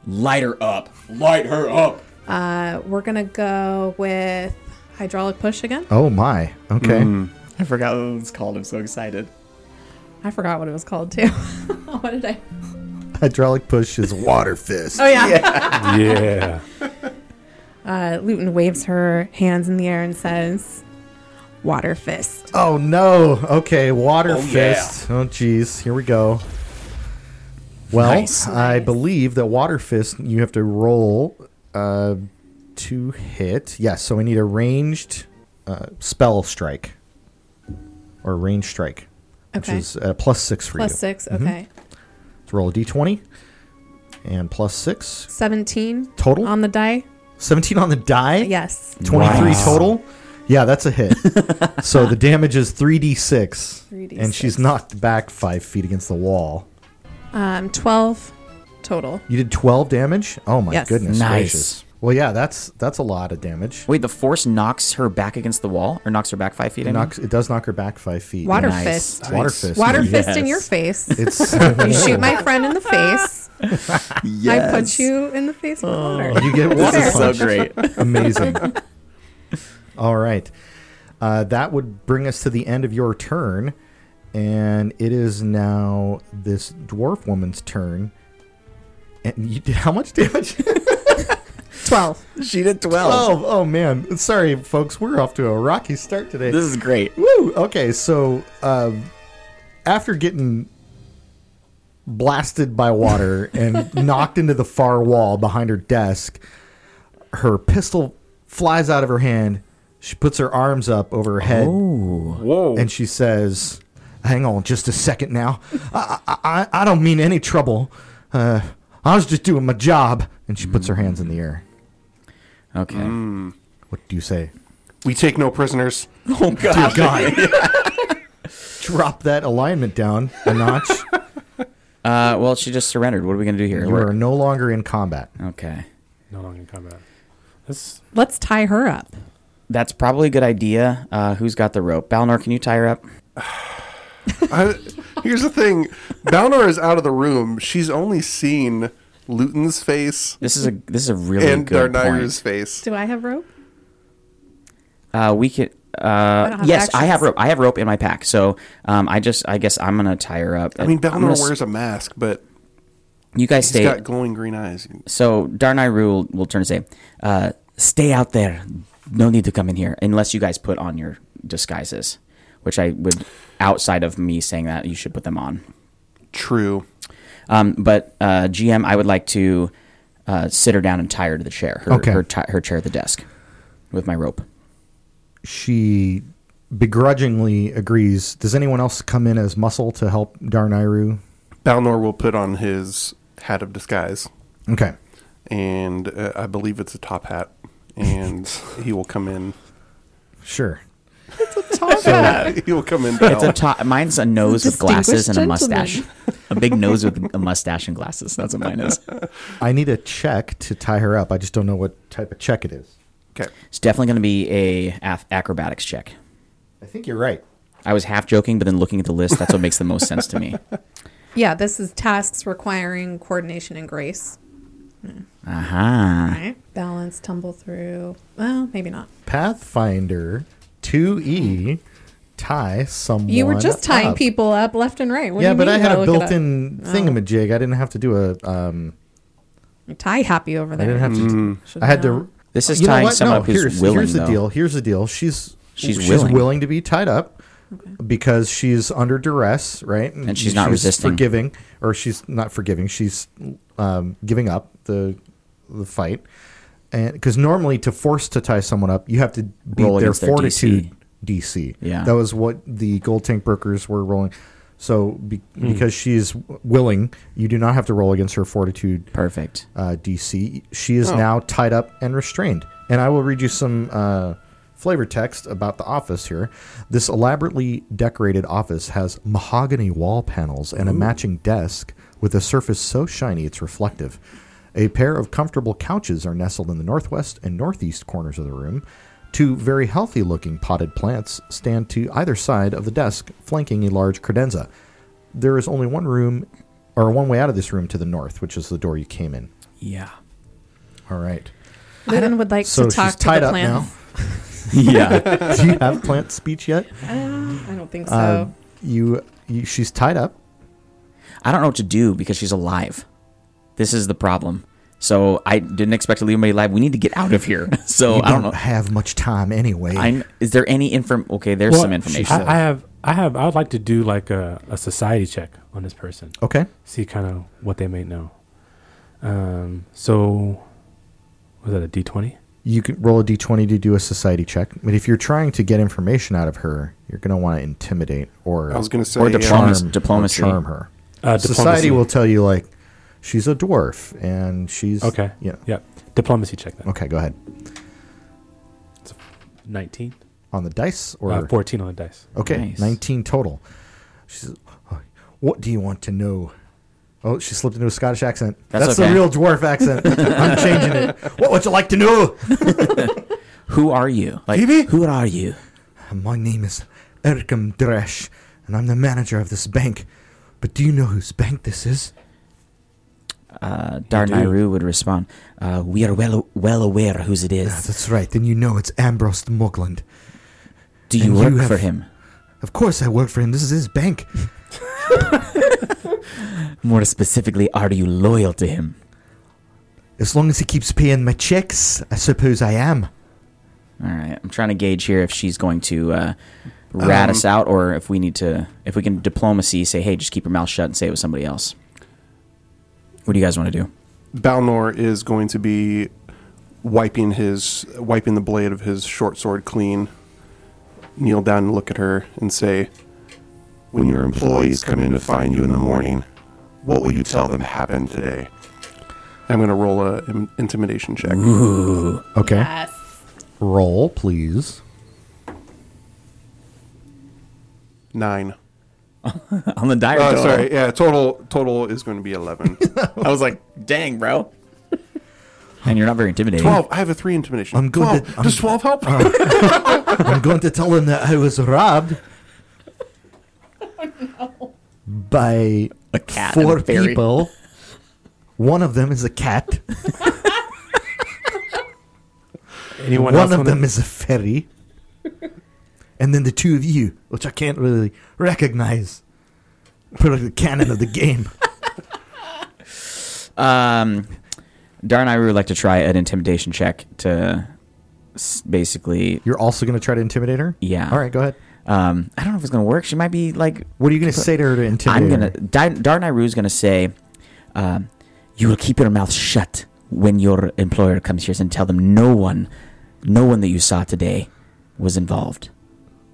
S4: Light her up. Light her up.
S6: uh, we're gonna go with hydraulic push again.
S2: Oh my. Okay.
S7: I forgot what it was called. I'm so excited.
S6: I forgot what it was called too. [laughs] what did I?
S2: [laughs] Hydraulic push is water fist.
S6: Oh yeah.
S5: yeah.
S6: Uh, Luton waves her hands in the air and says, "Water fist."
S2: Oh no. Okay, water fist. Oh jeez, here we go. Well, I believe that water fist you have to roll uh, to hit. Yes, so we need a ranged uh, spell strike or range strike, which
S6: Okay.
S2: is uh, plus six for
S6: Plus
S2: you. Mm-hmm.
S6: six. Okay.
S2: Let's roll a d20 and plus six
S6: Seventeen
S2: total.
S6: on the die.
S2: Seventeen on the die.
S6: Yes.
S2: 23 total. Yeah, that's a hit. so the damage is 3d6,
S6: 3d6.
S2: And she's knocked back five feet against the wall.
S6: Um, twelve total.
S2: You did 12 damage? Oh my
S6: Yes.
S2: goodness
S4: Nice.
S2: gracious. Well, yeah, that's that's a lot of damage.
S4: Wait, the force knocks her back against the wall, or knocks her back five feet. I
S2: It,
S4: mean?
S2: knocks, it does knock her back five feet.
S6: Water
S4: Nice.
S6: fist.
S2: Water
S3: Nice.
S2: fist.
S6: Water
S2: yeah.
S6: fist in your face.
S2: It's
S6: [laughs] you shoot my friend in the face.
S7: Yes.
S6: I put you in the face with water.
S2: Oh, you get water
S7: This is so
S2: punch.
S7: great. [laughs]
S2: Amazing. All right. Uh, that would bring us to the end of your turn. And it is now this dwarf woman's turn. And you [laughs] did how much damage?
S6: Twelve.
S7: she did 12.
S2: oh, oh man. Sorry, folks. We're off to a rocky start today.
S7: This is great.
S2: Woo! Okay, so um, after getting blasted by water and knocked into the far wall behind her desk, her pistol flies out of her hand. She puts her arms up over her head
S3: Whoa.
S2: and she says, "Hang on, just a second now. I I, I, I don't mean any trouble. Uh, I was just doing my job." And she puts her hands in the air.
S4: Okay.
S2: Mm. What do you say?
S3: we take no prisoners.
S7: Oh, God.
S6: [laughs]
S2: Drop that alignment down a [laughs] notch.
S4: Uh, well, she just surrendered. What are we gonna do here?
S2: you are no longer in combat.
S4: Okay.
S5: No longer in combat. This
S6: Let's tie her up.
S4: That's probably a good idea. Uh, who's got the rope? Balnor, can you tie her up?
S3: [laughs] I, here's the thing Balnor is out of the room. She's only seen Luton's face
S4: This is a this is a really
S3: and
S4: good
S3: Darnayra's
S4: point.
S3: face.
S6: Do I have rope?
S4: Uh, we could. Uh,
S6: have
S4: yes, I have
S6: actions.
S4: rope. I have rope in my pack. So um, I just I guess I'm gonna tie her up.
S3: I mean,
S4: I'm gonna
S3: Balnor
S4: s-
S3: wears a mask, but
S4: You guys
S3: he's
S4: stay.
S3: got glowing green eyes.
S4: So Darnayru will, will turn and say, uh, "Stay out there. No need to come in here unless you guys put on your disguises." Which I would, outside of me saying that, you should put them on.
S3: True.
S4: Um, but uh, GM, I would like to uh, sit her down and tie her to the chair. Her,
S2: Okay.
S4: her, ti her chair at the desk with my rope.
S2: She begrudgingly agrees. Does anyone else come in as muscle to help Darnayru?
S3: Balnor will put on his hat of disguise,
S2: Okay.
S3: and uh, I believe it's a top hat,
S4: [laughs]
S3: and he will come in.
S2: Sure. [laughs]
S3: [laughs] he will come in.
S4: It's a top. Mine's a nose with glasses and a mustache. a big nose with a mustache and glasses. That's what mine is.
S2: I need a check to tie her up. I just don't know what type of check it is.
S3: okay.
S4: It's definitely going to be a af- acrobatics check.
S2: I think you're right.
S4: I was half joking, but then looking at the list, that's what makes the most sense to me.
S6: Yeah, this is tasks requiring coordination and grace.
S4: Aha.
S6: All right. Balance, tumble through. Well, maybe not.
S2: Pathfinder 2E tie someone.
S6: You were just tying
S2: up.
S6: people up left and right. What
S2: yeah,
S6: do you
S2: but
S6: mean
S2: I
S6: you
S2: had
S6: gotta
S2: a
S6: look Oh. it up?
S2: built-in thingamajig. I didn't have to do a. Um,
S6: You're tie happy over
S2: I
S6: there.
S2: didn't have to.
S6: Should
S2: I had
S6: know.
S2: to.
S4: This is
S2: You know
S4: tying
S2: what?
S4: someone up who's
S2: here's,
S4: willing,
S2: Here's the
S4: though.
S2: deal. Here's the deal. She's
S4: She's willing.
S2: to be tied up because she's under duress, right?
S4: And she's not resisting.
S2: Forgiving, or she's not forgiving. She's um, giving up the the fight, and because normally to force to tie someone up, you have to beat
S4: Roll
S2: their
S4: against their DC.
S2: fortitude DC.
S4: Yeah.
S2: that was what the gold tank brokers were rolling. So be-
S4: Hmm.
S2: because she is w- willing, you do not have to roll against her fortitude
S4: Perfect.
S2: uh, DC. She is now tied up and restrained. And I will read you some uh, flavor text about the office here. This elaborately decorated office has mahogany wall panels and a matching desk with a surface so shiny it's reflective. A pair of comfortable couches are nestled in the northwest and northeast corners of the room. Two very healthy looking potted plants stand to either side of the desk, flanking a large credenza. There is only one room, or one way out of this room to the north, which is the door you came in.
S4: Yeah.
S2: All right.
S6: Lynn would like
S2: So
S6: to talk
S2: she's tied
S6: to the
S2: up
S6: plants.
S4: [laughs] Yeah.
S2: now. Do you
S6: [laughs]
S2: have plant speech yet?
S6: I don't think so.
S2: Uh, you, you, she's tied up.
S4: I don't know what to do because she's alive. This is the problem. So I didn't expect to leave anybody alive. We need to get out of here. [laughs] So
S2: you
S4: Oh, I don't know.
S2: have much time anyway.
S4: I'm, is there any inform? Okay, there's some information.
S5: I, I have. I have. I would like to do like a, a society check on this person.
S2: okay.
S5: See kind of what they may know. Um. So, was that a D twenty?
S2: You can roll a d20 to do a society check, but if you're trying to get information out of her, you're going to want to intimidate or
S3: I was going to say
S4: Or
S3: uh,
S4: diplomacy.
S2: charm,
S4: Diplomacy.
S2: or charm her.
S5: Uh,
S2: society
S5: diplomacy.
S2: will tell you like she's a dwarf and she's
S5: Okay.
S2: You know,
S5: Yeah. Diplomacy check then.
S2: Okay, go ahead.
S5: Nineteen.
S2: On the dice or
S5: Uh, Fourteen on the dice.
S2: Okay,
S4: Nice.
S2: 19 total. She says, What do you want to know? Oh, she slipped into a Scottish accent.
S4: That's
S2: That's,
S4: okay.
S2: the real dwarf accent. I'm changing it. What would you like to know?
S4: who are you? Like,
S2: Phoebe?
S4: who are you?
S2: My name is Erkam Dresch, and I'm the manager of this bank. But do you know whose bank this is?
S4: Uh, Darnayru would respond, uh, "We are well well aware whose it
S2: Ah,
S4: is.
S2: That's right. Then you know it's Ambrose de Mogland.
S4: Do you
S2: and
S4: work
S2: you have-
S4: for him?"
S2: Of course I work for him. This is his bank.
S4: More specifically, are you loyal to him?
S2: As long as he keeps paying my checks, I suppose I am.
S4: All right, I'm trying to gauge here if she's going to uh, rat us
S2: Um,
S4: out, or if we need to, if we can diplomacy say, "Hey, just keep your mouth shut and say it was somebody else." What do you guys want to do?
S3: Balnor is going to be wiping his wiping the blade of his short sword clean. Kneel down and look at her and say,
S8: When your employees come in to find you in the morning, what will you tell them happened today?
S3: "I'm going to roll a in- intimidation
S2: [laughs]
S3: check."
S2: Okay.
S6: yes.
S2: Roll, please.
S3: Nine.
S4: On the diary.
S3: Oh,
S4: though.
S3: sorry. Yeah, total total is going to be
S2: [laughs]
S3: eleven.
S7: I was like, dang, bro.
S4: and you're not very intimidating.
S3: twelve. I have a three intimidation.
S2: I'm good
S3: 12.
S2: at- I'm- Oh.
S3: Does twelve help?
S2: [laughs] I'm going to tell him that I was robbed. By
S7: A cat and
S2: four
S7: a fairy.
S2: people. One of them is a cat.
S5: Anyone else
S2: One of
S5: wanna-
S2: them is a fairy. and then the two of you, which I can't really recognize, put like the canon of the game.
S4: Um, Darnayru would like to try an intimidation check to s- basically.
S2: [laughs] You're also going to try to intimidate her?
S4: Yeah.
S2: All right, go ahead.
S4: Um, I don't know if it's going to work. She might be like
S2: What are you going to say to her to intimidate
S4: I'm gonna.
S2: her?
S4: Di- Darnayru's gonna say, um, "You will keep your mouth shut when your employer comes here, and tell them no one, no one that you saw today was involved."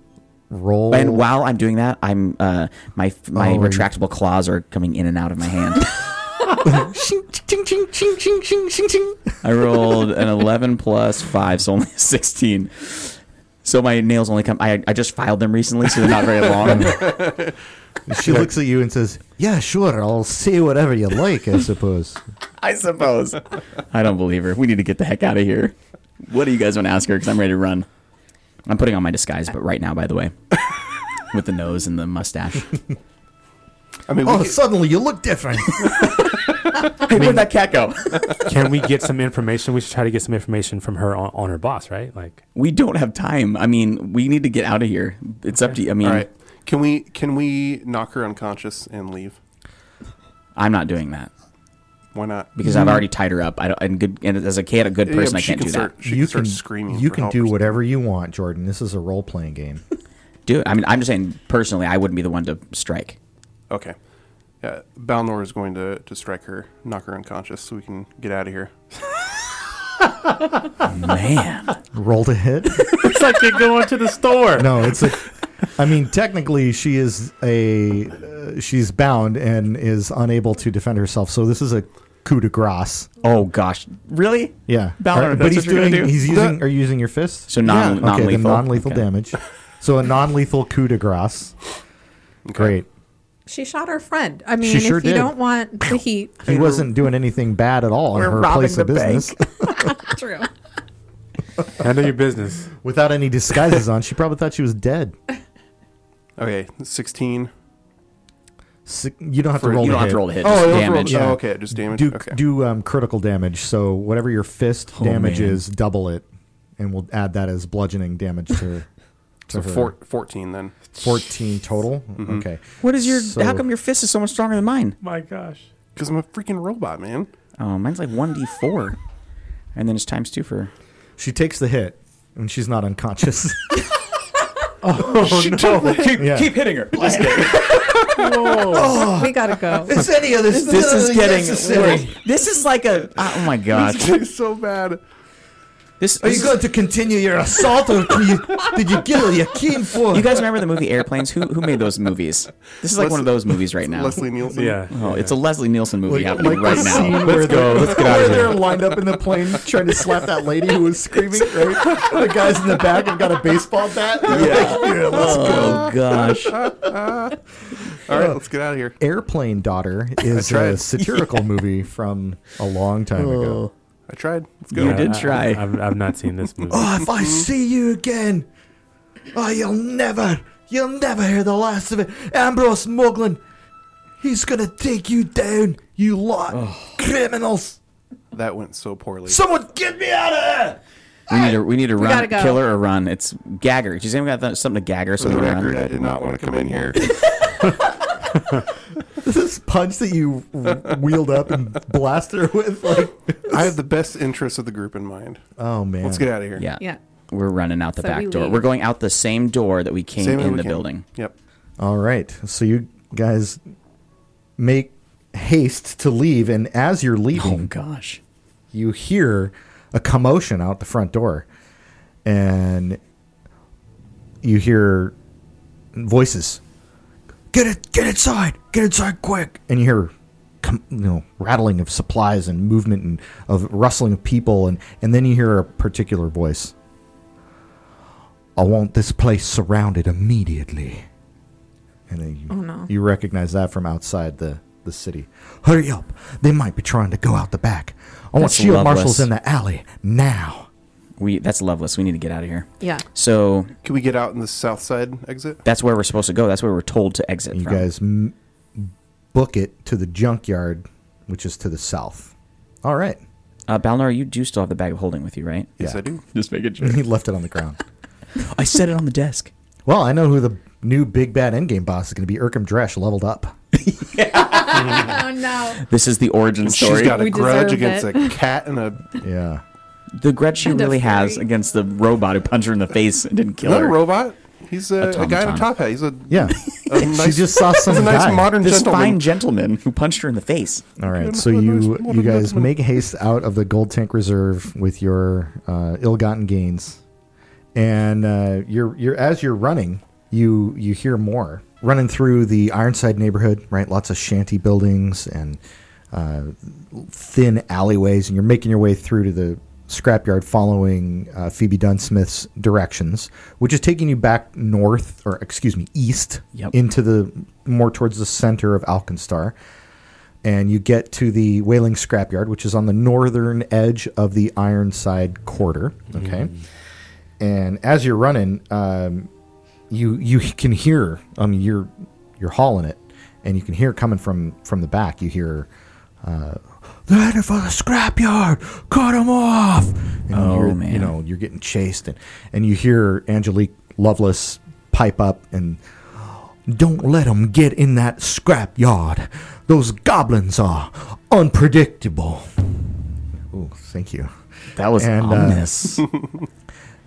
S2: [laughs] Roll.
S4: And while I'm doing that, I'm uh, my my
S2: Oh, are you-
S4: retractable claws are coming in and out of my hand.
S2: [laughs] Shing, ching, ching, ching, ching, ching, ching, ching.
S4: I rolled an 11 plus five, so only [laughs] a 16. So my nails only come. I I just filed them recently, so they're not very long.
S2: She looks at you and says, Yeah, sure, I'll say whatever you like, I suppose.
S7: I suppose.
S4: I don't believe her. We need to get the heck out of here. What do you guys want to ask her? Because I'm ready to run. I'm putting on my disguise, but right now, by the way, with the nose and the mustache.
S3: I mean, [laughs] we
S2: oh,
S3: could-
S2: suddenly you look different.
S7: Hey, where'd that cat go?
S5: [laughs] Can we get some information? We should try to get some information from her on, on her boss, right? Like,
S4: [laughs] We don't have time. I mean, we need to get out of here. It's up to you. I mean,
S3: all right. Can we can we knock her unconscious and leave?
S4: I'm not doing that
S3: Why not?
S4: because I've already tied her up. I don't, and good. And as a kid, a good
S3: Yeah,
S4: person,
S3: but
S4: I
S3: she
S4: can't
S3: can
S4: do
S3: start,
S4: that.
S3: [laughs] She can start screaming.
S2: You
S3: for
S2: can
S3: help
S2: do
S3: or something.
S2: whatever you want, Jordan. This is a role playing game. [laughs]
S4: Do it. I mean, I'm just saying personally, I wouldn't be the one to strike.
S3: Okay. Yeah, Balnor is going to, to strike her, knock her unconscious, so we can get out
S2: [laughs]
S3: of here.
S4: Man,
S2: Roll to hit?
S5: it's like you're going to the store.
S2: No, it's a I mean, technically, she is a uh, she's bound and is unable to defend herself. So this is a coup de grace.
S4: [laughs] Oh gosh, really?
S2: Yeah,
S4: Balor,
S2: Are-
S4: that's
S2: but he's
S4: what you're
S2: doing.
S4: gonna do?
S2: He's using. Are you using your fist?
S4: So non-
S2: Okay,
S4: non-lethal.
S2: then non-lethal
S4: Okay.
S2: damage. So a non-lethal coup de grace. Great.
S6: She shot her friend. I mean,
S2: She sure
S6: if you
S2: did.
S6: don't want the
S2: [laughs]
S6: heat,
S2: He wasn't doing anything bad at all in
S7: We're
S2: her
S7: robbing
S2: place of
S7: the
S2: business.
S6: true.
S5: Handle your business.
S2: [laughs] Without any disguises on, she probably thought she was dead.
S3: Okay, 16.
S2: Si- You don't have to
S3: For-
S2: roll. the
S4: you don't have
S2: hit.
S4: to roll the hit.
S3: Oh,
S4: just
S3: it was
S4: damage.
S3: rolled-
S2: Yeah.
S3: oh, okay, just damage.
S2: Do
S3: okay.
S2: do um, critical damage. So whatever your fist
S4: Oh,
S2: damage
S4: man.
S2: is, double it, and we'll add that as bludgeoning damage to. to
S3: so
S2: her.
S3: four, 14 then.
S2: 14 total. Okay.
S4: What is your?
S2: So-
S4: how come your fist is so much stronger than mine?
S5: My gosh.
S3: Because I'm a freaking robot, man. [laughs]
S4: Oh, mine's like one d four, and then it's times two for.
S2: She takes the hit and she's not unconscious. [laughs] Oh,
S7: she took the- keep,
S2: Yeah.
S7: keep hitting her. Just kidding.
S2: Oh.
S6: We gotta go.
S2: it's any of this.
S4: This is [laughs] getting worse. This is like a. Oh
S2: [laughs]
S4: my gosh.
S3: It's so bad.
S4: This.
S2: Are
S4: this
S2: you
S4: is-
S2: going to continue your assault or can you, did you kill your king for?
S4: you guys remember the movie Airplanes? Who who made those movies? This is like one of those movies right now.
S3: Leslie Nielsen.
S5: Yeah.
S4: Oh, it's a Leslie Nielson movie happening
S2: the
S4: right now.
S2: scene [laughs] where they're-
S5: let's get out
S2: where
S5: of here.
S2: They're lined up in the plane trying to slap that lady who was screaming, right? The guys in the back have got a baseball bat. yeah, let's
S4: Oh gosh.
S3: All right, let's get out of here.
S2: Airplane Daughter is
S3: tried.
S2: a
S5: [laughs]
S2: satirical movie from a long time ago.
S3: I tried. Let's go.
S4: You did
S5: I-
S4: try.
S5: I, have I've not seen [laughs] this movie.
S2: Oh, if I see you again, oh, you'll never, you'll never hear the last of it. Ambrose Moglen, he's gonna take you down, you lot, criminals.
S3: That went so poorly.
S2: Someone get me out of here!
S4: We need to we need to run
S6: gotta go.
S4: killer or run. It's Gagger. She's even got th- something to Gagger. So
S8: For
S4: we
S8: the
S4: run.
S8: record, I did not want to come in
S4: [laughs]
S8: here.
S2: This punch that you wheeled up and blasted her with, like,
S3: I have the best interests of the group in mind.
S2: oh man,
S3: Let's get out of here.
S4: Yeah.
S6: Yeah.
S4: We're running out the
S6: So
S4: back
S6: we
S4: door.
S6: leave.
S4: We're going out the same door that we came
S3: Same way
S4: in
S3: we
S4: the
S3: came.
S4: building.
S3: Yep.
S2: All right. So you guys make haste to leave, and as you're
S4: Oh
S2: leaving,
S4: gosh.
S2: you hear a commotion out the front door, and you hear voices. Get it! Get inside! Get inside quick! And you hear, com- you know, rattling of supplies and movement and of rustling of people, and and then you hear a particular voice. I want this place surrounded immediately. And then you,
S6: Oh, no.
S2: you recognize that from outside the, the city. Hurry up. They might be trying to go out the back. I want
S4: That's
S2: shield
S4: Loveless.
S2: marshals in the alley now.
S4: We that's loveless. We need to get out of here.
S6: Yeah.
S4: So
S3: Can we get out in the south side exit?
S4: that's where we're supposed to go. That's where we're told to exit.
S2: You
S4: from.
S2: guys m- book it to the junkyard, which is to the south. All right. [laughs]
S4: uh, Balnor, you do still have the bag of holding with you, right?
S3: Yes,
S2: Yeah.
S3: I do.
S7: Just making sure.
S2: he left it on the ground.
S4: [gasps] I set it on the desk.
S2: Well, I know who the new big bad endgame boss is going to be. Irkham Dresh leveled up.
S6: Oh [laughs] no.
S4: This is the origin
S3: She's
S4: story.
S3: got a
S6: We
S3: grudge
S6: deserved
S3: against
S6: it.
S3: a
S2: [laughs]
S3: cat and a
S2: Yeah.
S4: the grudge
S6: [laughs]
S4: she
S6: Kind of
S4: really has
S6: scary.
S4: against the robot who punched her in the face and didn't kill
S3: not a
S4: her.
S3: robot. He's a, a guy in a
S4: Automaton.
S3: top hat. He's a [laughs]
S2: Yeah.
S3: A
S2: [laughs]
S3: nice,
S2: she just saw some
S3: he's a nice
S2: guy.
S3: modern
S4: this
S3: gentleman.
S4: fine gentleman who punched her in the face.
S2: All right, so you you guys make haste out of the gold tank reserve with your uh, ill-gotten gains, and uh, you're you're as you're running, you you hear more running through the Ironside neighborhood, right? Lots of shanty buildings and uh, thin alleyways, and you're making your way through to the scrapyard, following uh, Phoebe Dunsmith's directions, which is taking you back north, or excuse me, east
S4: Yep.
S2: into the more towards the center of Alkenstar and you get to the Whaling Scrapyard, which is on the northern edge of the Ironside Quarter. Okay, and as you're running, um, you you can hear. I mean, you're you're hauling it, and you can hear coming from from the back. You hear. Uh, they're headed for the scrapyard. Cut them off. And
S4: Oh,
S2: you're, You
S4: man.
S2: know you're getting chased, and, and you hear Angelique Lovelace pipe up and don't let 'em get in that scrap yard. Those goblins are unpredictable. Oh, thank you.
S4: That was
S2: And, uh,
S4: ominous.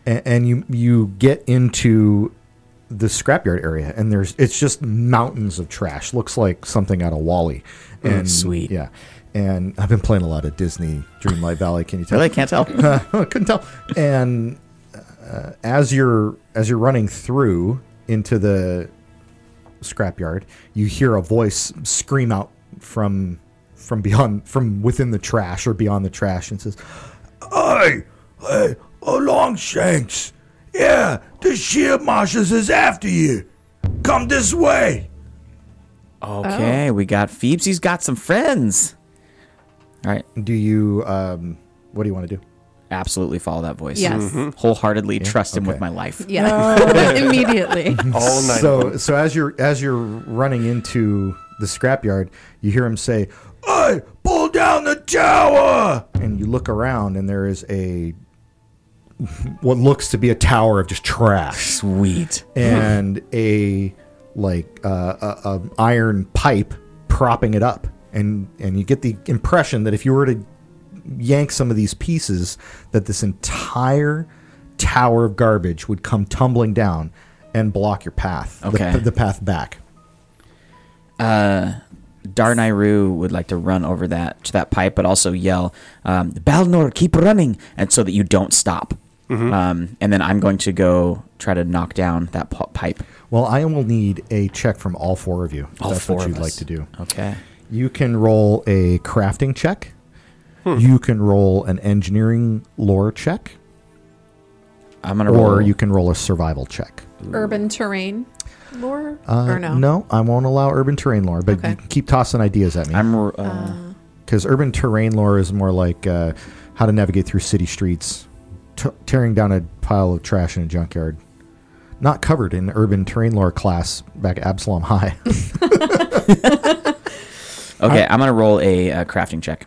S2: And, and you you get into the scrapyard area, and there's it's just mountains of trash. Looks like something out of Wally. And
S4: sweet.
S2: yeah. And I've been playing a lot of Disney Dreamlight Valley. Can you tell?
S4: [laughs] really, can't tell. [laughs]
S2: couldn't tell. And uh, as you're as you're running through, into the scrapyard, you hear a voice scream out from from beyond from within the trash or beyond the trash and says,
S9: Hey, hey, oh, Longshanks. Yeah, the sheer marshes is after you. Come this way.
S4: Okay, we got Phoebesy's got some friends. All right.
S2: Do you um what do you want to do?
S4: Absolutely follow that voice.
S6: Yes. Mhm.
S4: Wholeheartedly trust him with my life.
S6: Yeah.
S2: [laughs]
S6: [laughs] Immediately.
S2: So so as you're as you're running into the scrapyard, you hear him say,
S9: Hey, pull down the tower.
S2: and you look around and there is a [laughs] what looks to be a tower of just trash
S4: Sweet.
S2: and a like uh, a, a iron pipe propping it up and and you get the impression that if you were to yank some of these pieces that this entire tower of garbage would come tumbling down and block your path the-
S4: Okay.
S2: the path back
S4: Darnayru would like to run over that to that pipe, but also yell, um, "Balnor, keep running!" and so that you don't stop. Um, and then I'm going to go try to knock down that pu- pipe.
S2: Well, I will need a check from all four of you. if
S4: All
S2: that's
S4: four
S2: what
S4: of
S2: you'd
S4: us.
S2: like to do.
S4: Okay.
S2: You can roll a crafting check. You can roll an engineering lore check,
S4: I'm gonna roll.
S2: or you can roll a survival check.
S6: Urban terrain lore?
S2: Uh,
S6: or no?
S2: no, I won't allow urban terrain lore, but
S6: Okay.
S2: you can keep tossing ideas at me
S4: I'm. Uh,
S2: because urban terrain lore is more like uh, how to navigate through city streets, t- tearing down a pile of trash in a junkyard. Not covered in urban terrain lore class back at Absalom High. [laughs]
S4: okay, I'm gonna roll a uh, crafting check.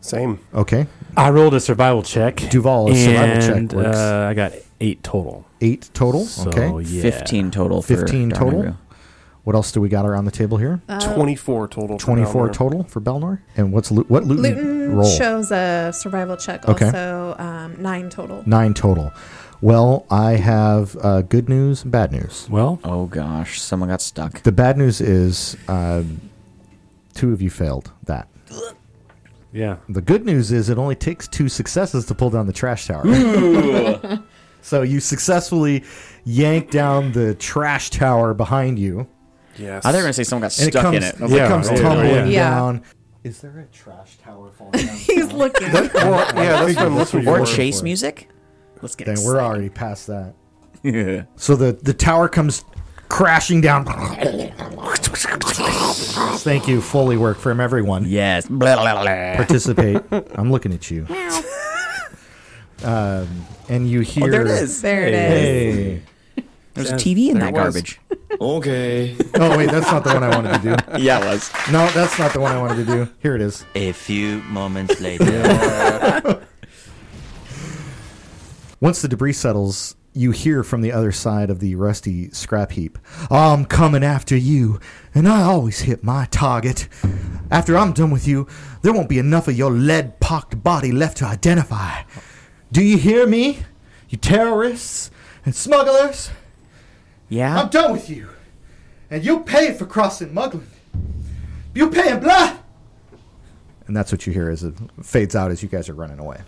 S3: Same.
S2: okay,
S5: I rolled a survival check.
S2: Duval, a survival check
S5: and,
S2: works.
S5: Uh, I got eight total.
S2: eight total.
S5: So,
S2: okay,
S5: yeah.
S4: Fifteen total. For
S2: 15 total?
S4: Darnayru.
S2: What else do we got around the table here?
S6: Uh,
S3: 24 total. for
S2: 24
S3: Balnor.
S2: total for Belnor. And what's Lu- what Luton,
S6: Luton
S2: roll?
S6: shows a survival check,
S2: Okay.
S6: also um, nine total. [laughs]
S2: Nine total. Well, I have uh, good news and bad news.
S5: Well,
S4: Oh gosh, someone got stuck.
S2: The bad news is um, two of you failed that.
S5: yeah.
S2: The good news is it only takes two successes to pull down the trash tower. [laughs] so you successfully yank down the trash tower behind you,
S3: Yes.
S4: I thought you were [laughs] gonna say someone got
S2: and
S4: stuck
S2: it comes,
S4: in it.
S2: it comes
S5: yeah, yeah.
S2: tumbling
S6: Yeah.
S2: down. Is there a trash tower falling down?
S6: He's looking.
S3: Well, [laughs] yeah, that's what I'm listening
S4: Or
S3: for.
S4: chase music. [laughs] Let's get.
S2: Dang, we're already past that.
S4: Yeah.
S2: So the, the tower comes crashing down. Thank you, fully work from everyone.
S4: Yes. Blah, blah, blah. [laughs]
S2: Participate. I'm looking at you. um, and you hear.
S4: Oh, there it is.
S6: there it is.
S2: Hey.
S4: There's a TV in
S3: There
S4: that
S3: it was.
S4: garbage.
S10: Okay.
S2: Oh wait, that's not the one I wanted to do.
S4: yeah, it was.
S2: No, that's not the one I wanted to do. Here it is.
S10: A few moments later.
S2: Once the debris settles, you hear from the other side of the rusty scrap heap, I'm coming after you, and I always hit my target. After I'm done with you, there won't be enough of your lead pocked body left to identify. Do you hear me? You terrorists and smugglers,
S4: [laughs] Yeah.
S2: I'm done with you. And you pay for crossing Mugland. You pay in blood. And that's what you hear as it fades out as you guys are running away.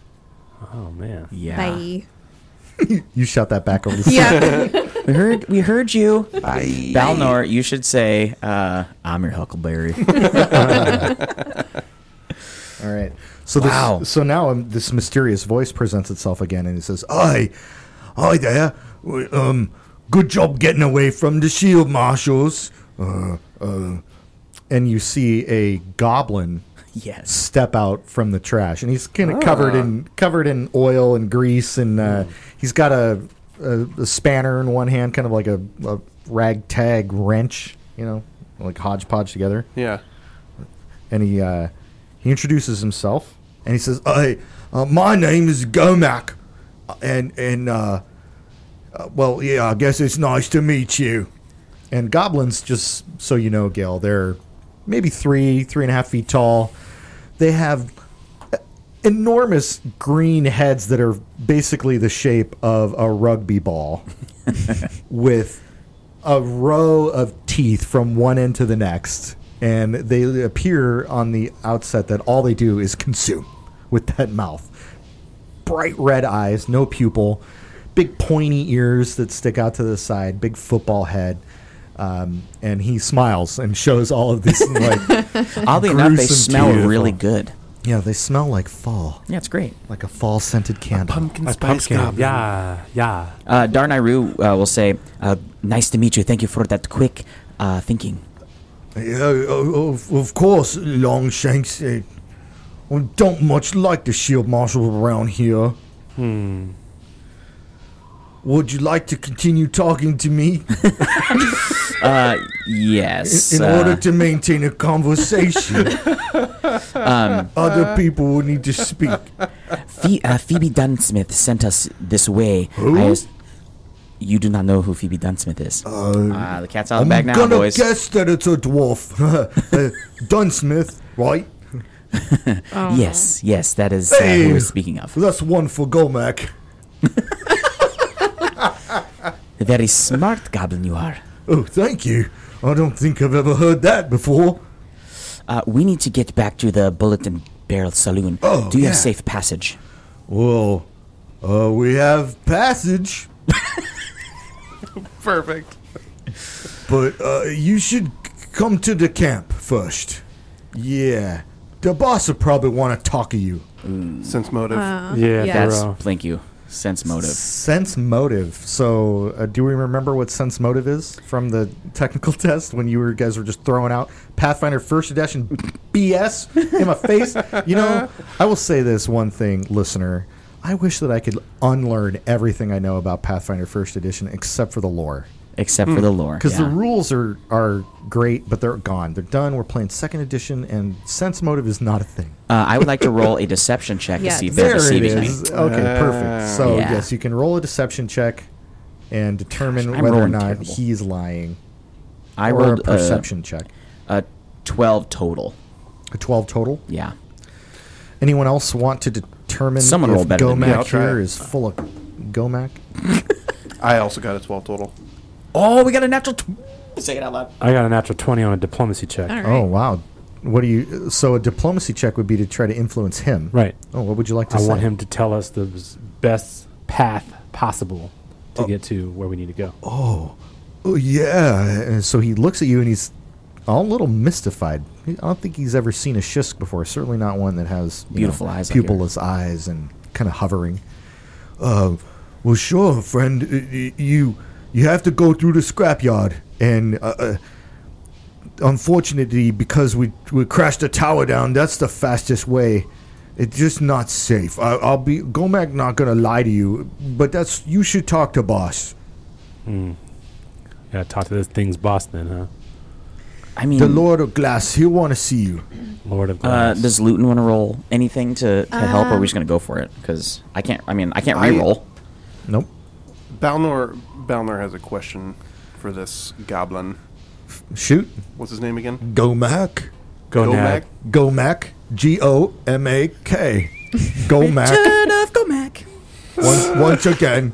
S5: Oh man.
S4: yeah.
S6: Bye.
S2: You shout that back over [laughs] the
S6: Yeah.
S4: We heard. We heard you. Balnor, you should say, uh, "I'm your Huckleberry."
S2: All right. So
S4: Wow.
S2: this, so now um, this mysterious voice presents itself again, and it says, "Oh,
S9: Hi, hi there. W- Um, good job getting away from the shield marshals. Uh, uh,
S2: and you see a goblin
S4: yes.
S2: step out from the trash, and he's kind of covered in covered in oil and grease, and uh, he's got a, a, a spanner in one hand, kind of like a, a ragtag wrench, you know, like hodgepodge together.
S3: Yeah.
S2: And he uh, he introduces himself, and he says, "Uh,
S9: hey, uh, my name is Gomac, and and uh, uh, well, yeah, I guess it's nice to meet you.
S2: And goblins, just so you know, Gail, they're maybe three, three and a half feet tall. They have enormous green heads that are basically the shape of a rugby
S4: [laughs]
S2: ball with a row of teeth from one end to the next. And they appear on the outset that all they do is consume with that mouth. Bright red eyes, no pupil, big pointy ears that stick out to the side, big football head. Um, and he smiles and shows all of these like
S4: [laughs] Oddly enough, they
S2: gruesome
S4: smell
S2: teeth.
S4: really good.
S2: Yeah, they smell like fall.
S4: Yeah, it's great.
S2: Like a fall scented candle.
S3: pumpkin
S5: A pumpkin. Yeah, yeah.
S4: Uh, Darnayru uh, will say, uh, "Nice to meet you. Thank you for that quick uh, thinking."
S9: Yeah, of, of course, Longshanks. eh, we don't much like the shield marshal around here.
S5: Hmm.
S9: Would you like to continue talking to
S2: [laughs]
S9: me
S4: Uh, yes.
S9: in
S4: uh,
S9: order to maintain a conversation?
S2: [laughs]
S4: um,
S9: Other people will need to speak.
S4: Phe- uh, Phoebe Dunsmith sent us this way.
S9: Who?
S4: I was- you do not know who Phoebe Dunsmith is. Ah, the cat's out of
S9: I'm
S4: the bag now,
S9: gonna
S4: boys.
S9: guess that it's a dwarf, [laughs] uh, Dunsmith, right?
S6: Oh.
S4: Yes, yes, that is uh, who
S9: Hey.
S4: we're speaking of.
S9: That's one for Gomac.
S4: A very smart goblin you are.
S9: Oh, thank you. I don't think I've ever heard that before.
S4: Uh, we need to get back to the Bullet and Barrel Saloon.
S9: Oh,
S4: do you have
S9: yeah.
S4: safe passage?
S9: Well, uh, we have passage,
S3: Perfect.
S9: but uh, you should c- come to the camp first. Yeah, the boss will probably want to talk to you.
S3: Sense motive.
S6: Uh,
S5: Yeah,
S4: That's
S5: Thorough.
S4: thank you. Sense motive.
S2: Sense motive. So, uh, do we remember what sense motive is from the [laughs] technical test when you were, guys were just throwing out Pathfinder first edition [laughs] BS in my face? You know, I will say this one thing, listener. I wish that I could unlearn everything I know about Pathfinder first edition except for the lore.
S4: Except for the lore.
S2: Because
S4: yeah.
S2: the rules are, are great, but they're gone. They're done. We're playing second edition, and sense motive is not a thing.
S4: Uh, I would like to roll a deception check to
S6: Yes.
S4: see if they're
S2: There it
S4: deceiving me.
S2: is. Okay, perfect. So
S4: Yeah.
S2: yes, you can roll a deception check and determine
S4: Gosh, I'm
S2: whether or
S4: rolling
S2: not
S4: terrible.
S2: he's lying.
S4: I
S2: or
S4: rolled
S2: a
S4: a
S2: perception check.
S4: A twelve total.
S2: A twelve total.
S4: Yeah.
S2: Anyone else want to determine
S4: Someone roll
S2: if
S4: better than me.
S3: Yeah, I'll
S2: Gomac
S3: try
S2: here
S3: it.
S2: is full of Gomac?
S3: I also got a 12 total.
S4: Oh, we got a natural. Tw- Say it out loud.
S5: I got a natural 20 on a diplomacy check.
S6: All right.
S2: Oh wow. What do you? So a diplomacy check would be to try to influence him.
S5: Right.
S2: Oh, what would you like to
S5: I
S2: say?
S5: want him to tell us the s- best path possible
S4: Oh.
S5: to get to where we need to go.
S2: Oh, yeah. And so he looks at you and he's all a little mystified. He- I don't think he's ever seen a shisk before. Certainly not one that has you
S4: Beautiful
S2: know,
S4: eyes, I hear.
S2: pupilless eyes, and kind of hovering.
S9: Uh, well, sure, friend. Uh, y- You you have to go through the scrapyard, and uh, uh, unfortunately, because we we crashed the tower down, that's the fastest way. It's just not safe. I, I'll be Gomac. Not gonna lie to you, but that's you should talk to boss.
S5: Yeah, talk to this thing's boss then, huh?
S4: I mean,
S9: The
S2: Hmm.
S9: Lord of Glass, he'll want to see you.
S5: Lord of
S4: uh,
S5: Glass.
S4: does Luton want to roll anything to, to help, or are we just gonna go for it? Because I can't. I mean, Um, I can't
S3: I-
S4: re-roll.
S2: Nope.
S3: Balnor, Balnor has a question for this goblin.
S2: Shoot.
S3: What's his name again?
S9: Gomac,
S5: go
S3: Go
S5: Nag.
S3: back.
S9: Gomac, G O M A K, Gomac.
S4: Turn off, go Mac.
S9: once, once again.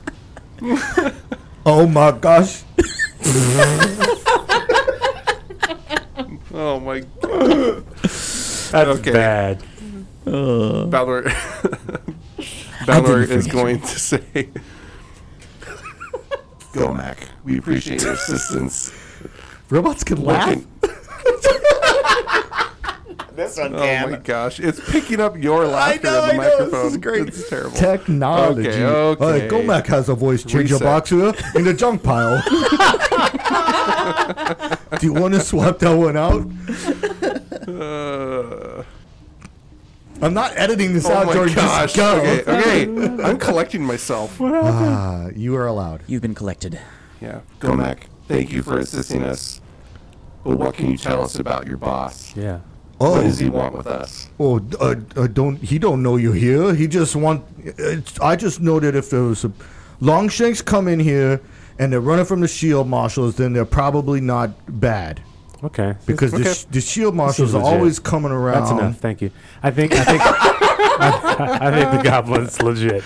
S9: Oh my gosh.
S3: Oh my [laughs]
S5: That's
S3: Okay.
S5: bad.
S3: Balor [laughs] Balor
S4: didn't
S3: is
S4: forget.
S3: going to say
S8: Gomac, we appreciate your assistance.
S2: Robots can laugh.
S4: This one
S3: Oh my gosh, it's picking up your laughter
S2: know,
S3: on
S2: [laughs]
S3: the
S2: I know, this is
S3: microphone.
S2: great.
S3: It's terrible.
S2: Technology.
S3: Okay, okay.
S9: Uh, Gomac has a voice changer
S3: Reset.
S9: box here in the junk pile. Do you want to swap that one out?
S3: Uh,
S9: I'm not editing this
S3: oh
S9: out,
S3: my
S9: Jordan.
S3: gosh.
S9: Just go.
S3: Okay,
S8: [laughs]
S3: okay. I'm collecting myself.
S9: Uh,
S2: Ah, you are allowed.
S4: You've been collected.
S3: Yeah.
S8: Gomac, thank you for assisting us. But what can you tell us about your boss?
S5: Yeah.
S8: What
S9: Oh,
S8: does he want with us?
S9: oh, uh, uh, don't he don't know you here. He just want. It's, I just know that if there was a Longshanks come in here and they're running from the shield marshals, then they're probably not bad
S5: Okay.
S9: because the,
S3: Okay.
S9: sh- the shield marshals are
S5: legit.
S9: always coming around.
S5: That's enough. Thank you. I think I think I, think the goblin's legit.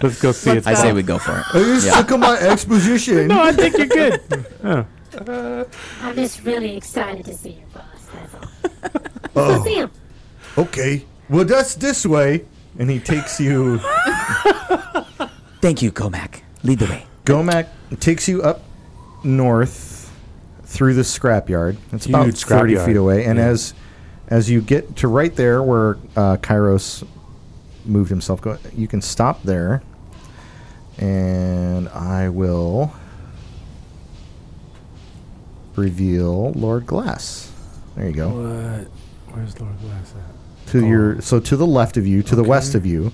S5: Let's go see its
S4: I say
S5: boss.
S4: we go for it.
S9: Are you
S4: Yeah.
S9: sick of
S5: [laughs]
S9: my exposition?
S5: No, [laughs] I think you're good. Oh.
S11: I'm just really excited to see your boss. That's all. See him.
S9: Okay.
S2: Well,
S5: [laughs]
S2: that's this way. And he takes you.
S4: Thank you, Gomac. Lead the way.
S2: Gomac takes you up north through the scrapyard. It's about
S5: Huge
S2: thirty
S5: scrapyard.
S2: feet away, and
S5: Yeah.
S2: as as you get to right there where uh, Kairos moved himself, go, you can stop there, and I will reveal Lord Glass. There you go.
S5: What? Where's Lord Glass at?
S2: to your so to the left of you, to the west of you,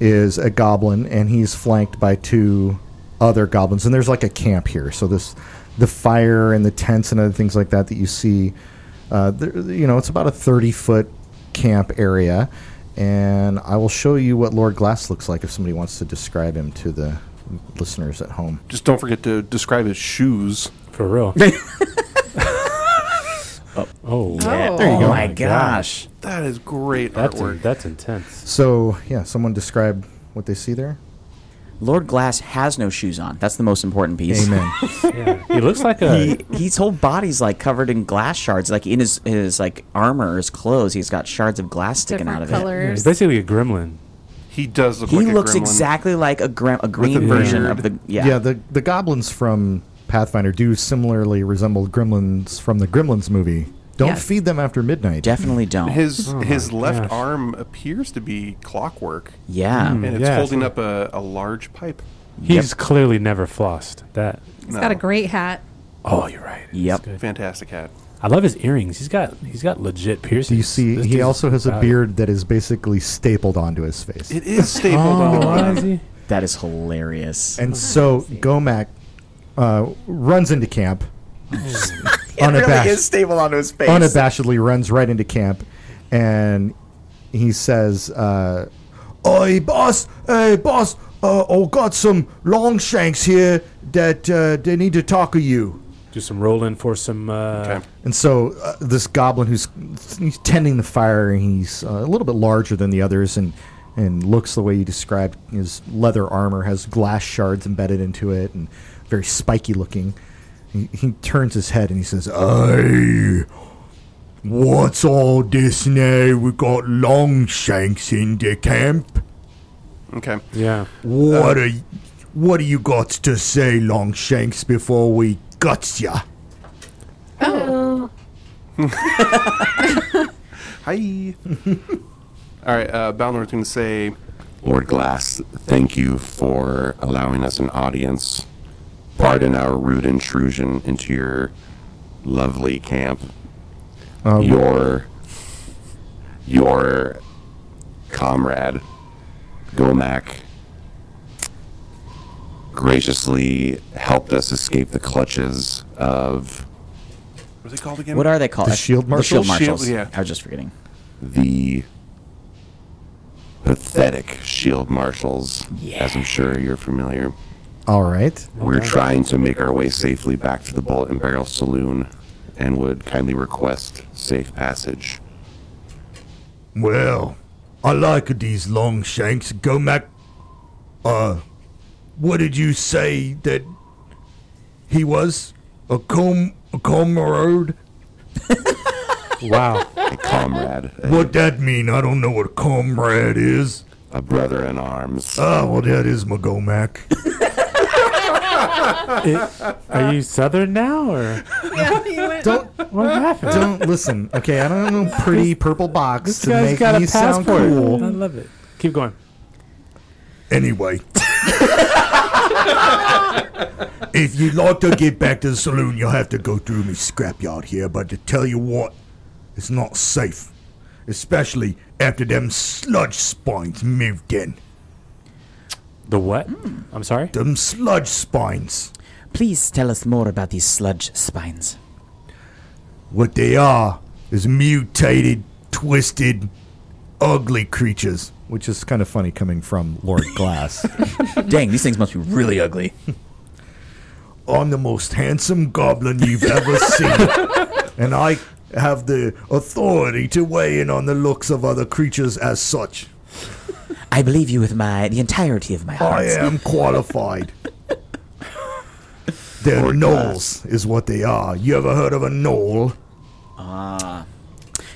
S2: is a goblin, and he's flanked by two other goblins. And there's like a camp here, so this the fire and the tents and other things like that that you see. Uh, there, you know, it's about a thirty foot camp area, and I will show you what Lord Glass looks like if somebody wants to describe him to the listeners at home.
S3: Just don't forget to describe his shoes.
S5: For
S4: [laughs]
S5: real. Oh,
S4: Yeah. There you go. Oh my gosh.
S3: That is great
S5: That's,
S3: artwork.
S5: that's intense.
S2: So yeah, someone describe what they see there.
S4: Lord Glass has no shoes on. That's the most important piece.
S2: Amen.
S5: He looks like a.
S4: He, his whole body's like covered in glass shards. Like in his his like armor, his clothes, he's got shards of glass sticking out of
S6: Different
S5: yeah, he's
S6: colors.
S5: basically a gremlin.
S3: He does look
S4: it. He
S3: like
S4: looks
S3: a gremlin.
S4: exactly like a gra- a green version of the yeah.
S2: the the goblins from Pathfinder do similarly resemble gremlins from the Gremlins movie. Don't
S6: Yes.
S2: feed them after midnight.
S4: definitely don't.
S3: His
S5: Oh
S3: his
S5: my
S3: left
S5: gosh.
S3: arm appears to be clockwork,
S4: yeah.
S5: Mm.
S3: and it's
S5: Yeah,
S3: holding up a, a large pipe.
S5: He's clearly never flossed. That.
S6: He's got a
S4: [laughs]
S6: great hat.
S5: Oh, you're right. It's
S4: Yep.
S5: good.
S3: fantastic hat.
S5: I love his earrings. He's got he's got legit piercings.
S2: Do you see?
S5: This
S2: he
S5: dude's
S2: also has a
S5: valuable.
S2: beard that is basically stapled onto his face.
S3: It is stapled
S5: Oh,
S3: on.
S5: is he?
S4: That is hilarious.
S2: and so Gomac uh, runs into camp, unabashed-
S4: stable onto his face.
S2: unabashedly runs right into camp, and he says, uh, "Hey boss, hey boss, uh, I got some long shanks here that uh, they need to talk to you."
S5: Do some rolling for some. Uh,
S3: Okay.
S2: And so uh, this goblin who's he's tending the fire, he's uh, a little bit larger than the others, and and looks the way you described. His leather armor has glass shards embedded into it, and very spiky looking. He, he turns his head and he says,
S9: Hey, what's all this now? We got long shanks in the camp.
S3: Okay.
S5: Yeah.
S9: What are y- what do you got to say, long shanks, before we guts ya?
S11: Oh,
S3: Hi. [laughs] All right. Uh, Balnor's going to say,
S8: Lord Glass, thank you for allowing us an audience. Pardon our rude intrusion into your lovely camp.
S3: Um,
S8: your your comrade Gomac graciously helped us escape the clutches of
S3: "What is it called again?"
S4: what are they called?
S2: The shield
S4: The shield
S2: marshals?
S4: marshals.
S3: Shield- yeah.
S4: I was just forgetting.
S8: the pathetic shield marshals, as I'm sure you're familiar.
S2: "All right,
S8: We're trying to make our way safely back to the Bullet and Barrel Saloon and would kindly request safe passage.
S9: Well, I like these long shanks. Gomac, uh, what did you say that he was? A com a comrade?
S5: Wow.
S8: A comrade, a,
S9: What that mean? I don't know what a comrade is.
S8: a brother in arms.
S3: Uh,
S9: Ah, well, that is my Gomac.
S5: Are [laughs] you Southern now or
S6: [laughs]
S2: don't
S5: what happened?
S2: don't listen. Okay, I don't know pretty purple box
S5: this
S2: to
S5: guy's
S2: make
S5: got
S2: me
S5: a
S2: sound
S5: passport.
S2: cool."
S5: I love it. Keep going.
S9: Anyway. if you'd like to get back to the saloon, you'll have to go through me scrapyard here, but to tell you what, it's not safe. Especially after them sludge spines moved in.
S5: The what? I'm sorry.
S9: Them sludge spines.
S4: Please tell us more about these sludge spines.
S9: What they are is mutated, twisted, ugly creatures.
S2: Which is kind of funny coming from Lord
S9: [laughs]
S2: Glass.
S4: Dang, these things must be really ugly.
S9: I'm the most handsome goblin you've ever seen. and I have the authority to weigh in on the looks of other creatures as such.
S4: I believe you with my the entirety of my
S9: I
S4: heart.
S9: am qualified. They're gnolls, is what they are. You ever heard of a gnoll?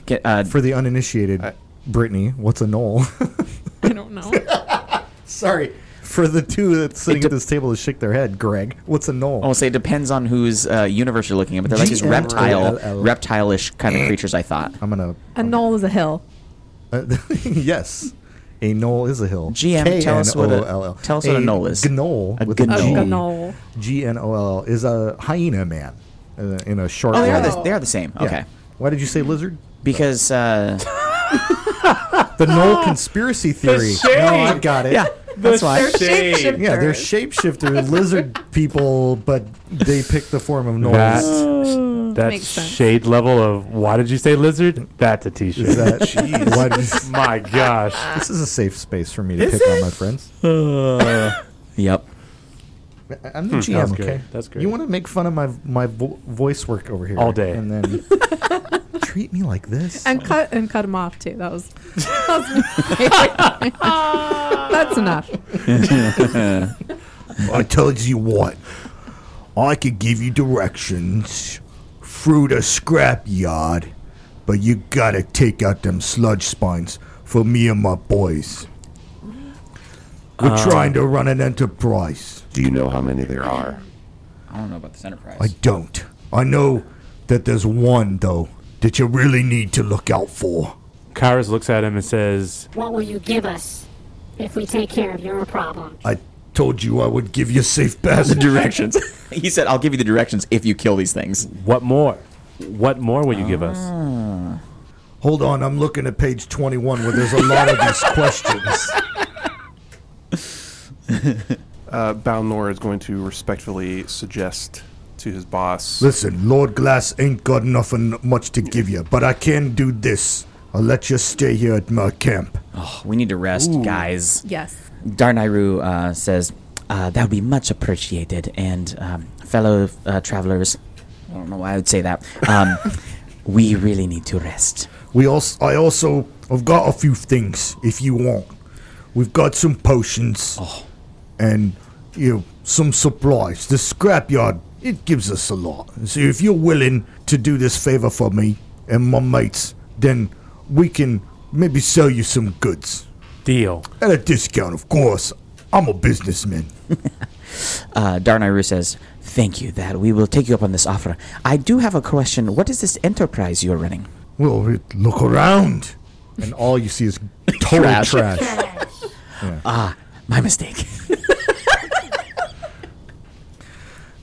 S4: Get, uh,
S2: For the uninitiated, Brittany, what's a knoll?
S6: I don't know.
S9: [laughs]
S2: Sorry.
S12: for the two that's sitting at this table to shake their head, Greg. What's a knoll?
S4: I will say it depends on whose uh, universe you're looking at, but they're like these reptile,
S12: GLL.
S4: reptile-ish kind of creatures. I thought.
S2: Oh.
S12: I'm gonna.
S6: A knoll is a hill.
S12: Uh, [laughs] yes, a knoll is a hill.
S4: GM, tell us what a-
S12: K-N-O-L-L.
S4: tell us what a knoll is.
S12: Gnoll
S4: A
S12: with a
S4: gnoll.
S12: G.
S4: A
S6: gnoll.
S12: G N O L L is a hyena man uh, in a shark.
S4: Oh, they are
S12: way.
S4: the, they are the same.
S12: Yeah.
S4: Okay.
S12: Why did you say lizard?
S4: Because uh,
S12: The knoll conspiracy theory.
S4: shade.
S12: No, I got it.
S4: Yeah, The that's why. shade.
S12: Yeah, they're shapeshifter [laughs] lizard people, but they pick the form of gnolls.
S5: [laughs] That, that
S6: Makes sense.
S5: shade level of why did you say lizard? That's a t-shirt.
S12: Is
S5: [laughs]
S12: that-
S5: Jeez.
S12: why does-
S5: My gosh.
S12: This is a safe space for me to
S5: Is
S12: pick on
S5: it?
S12: my friends.
S4: yep.
S12: I- I'm the
S5: Hmm.
S12: GM.
S5: That's great.
S12: Okay,
S5: That's great.
S12: You want to make fun of my my vo- voice work over here
S5: All day.
S12: and then treat me like this. [laughs]
S6: And cut and cut him off too. That was that
S4: [laughs]
S6: was [laughs] that's enough.
S2: I told you what. I could give you directions through the scrap yard, but you gotta take out them sludge spines for me and my boys. We're
S5: Uh,
S8: Um.
S2: trying to run an enterprise.
S8: Do you know how many there are?
S4: I don't know about this enterprise.
S2: I don't. I know that there's one, though, that you really need to look out for.
S5: Kairos looks at him and says,
S11: What will you give us if we take care of your problem?
S2: I told you I would give you safe pass.
S4: the [laughs] directions. he said, "I'll give you the directions if you kill these things."
S5: What more? What more will you give us?
S2: Hold on, I'm looking at page 21 where there's a lot of these questions.
S3: Uh, Balnor is going to respectfully suggest to his boss.
S2: Listen, Lord Glass ain't got nothing much to give you, but I can do this. I'll let you stay here at my camp.
S4: Oh, we need to rest, guys.
S6: Yes.
S4: Darnayru uh, says, uh, that would be much appreciated. And um, fellow uh, travelers, I don't know why I would say that. Um, we really need to rest.
S2: We also, I also, I've got a few things if you want. We've got some potions
S12: Oh.
S2: and you know some supplies. The scrapyard it gives us a lot. So if you're willing to do this favor for me and my mates, then we can maybe sell you some goods
S5: Deal.
S2: at a discount, of course. I'm a businessman.
S4: Uh, Darnayru says, thank you, that we will take you up on this offer. I do have a question. What is this enterprise you're running?
S2: Well, we look around.
S12: And all you see is total trash.
S4: Ah, my mistake.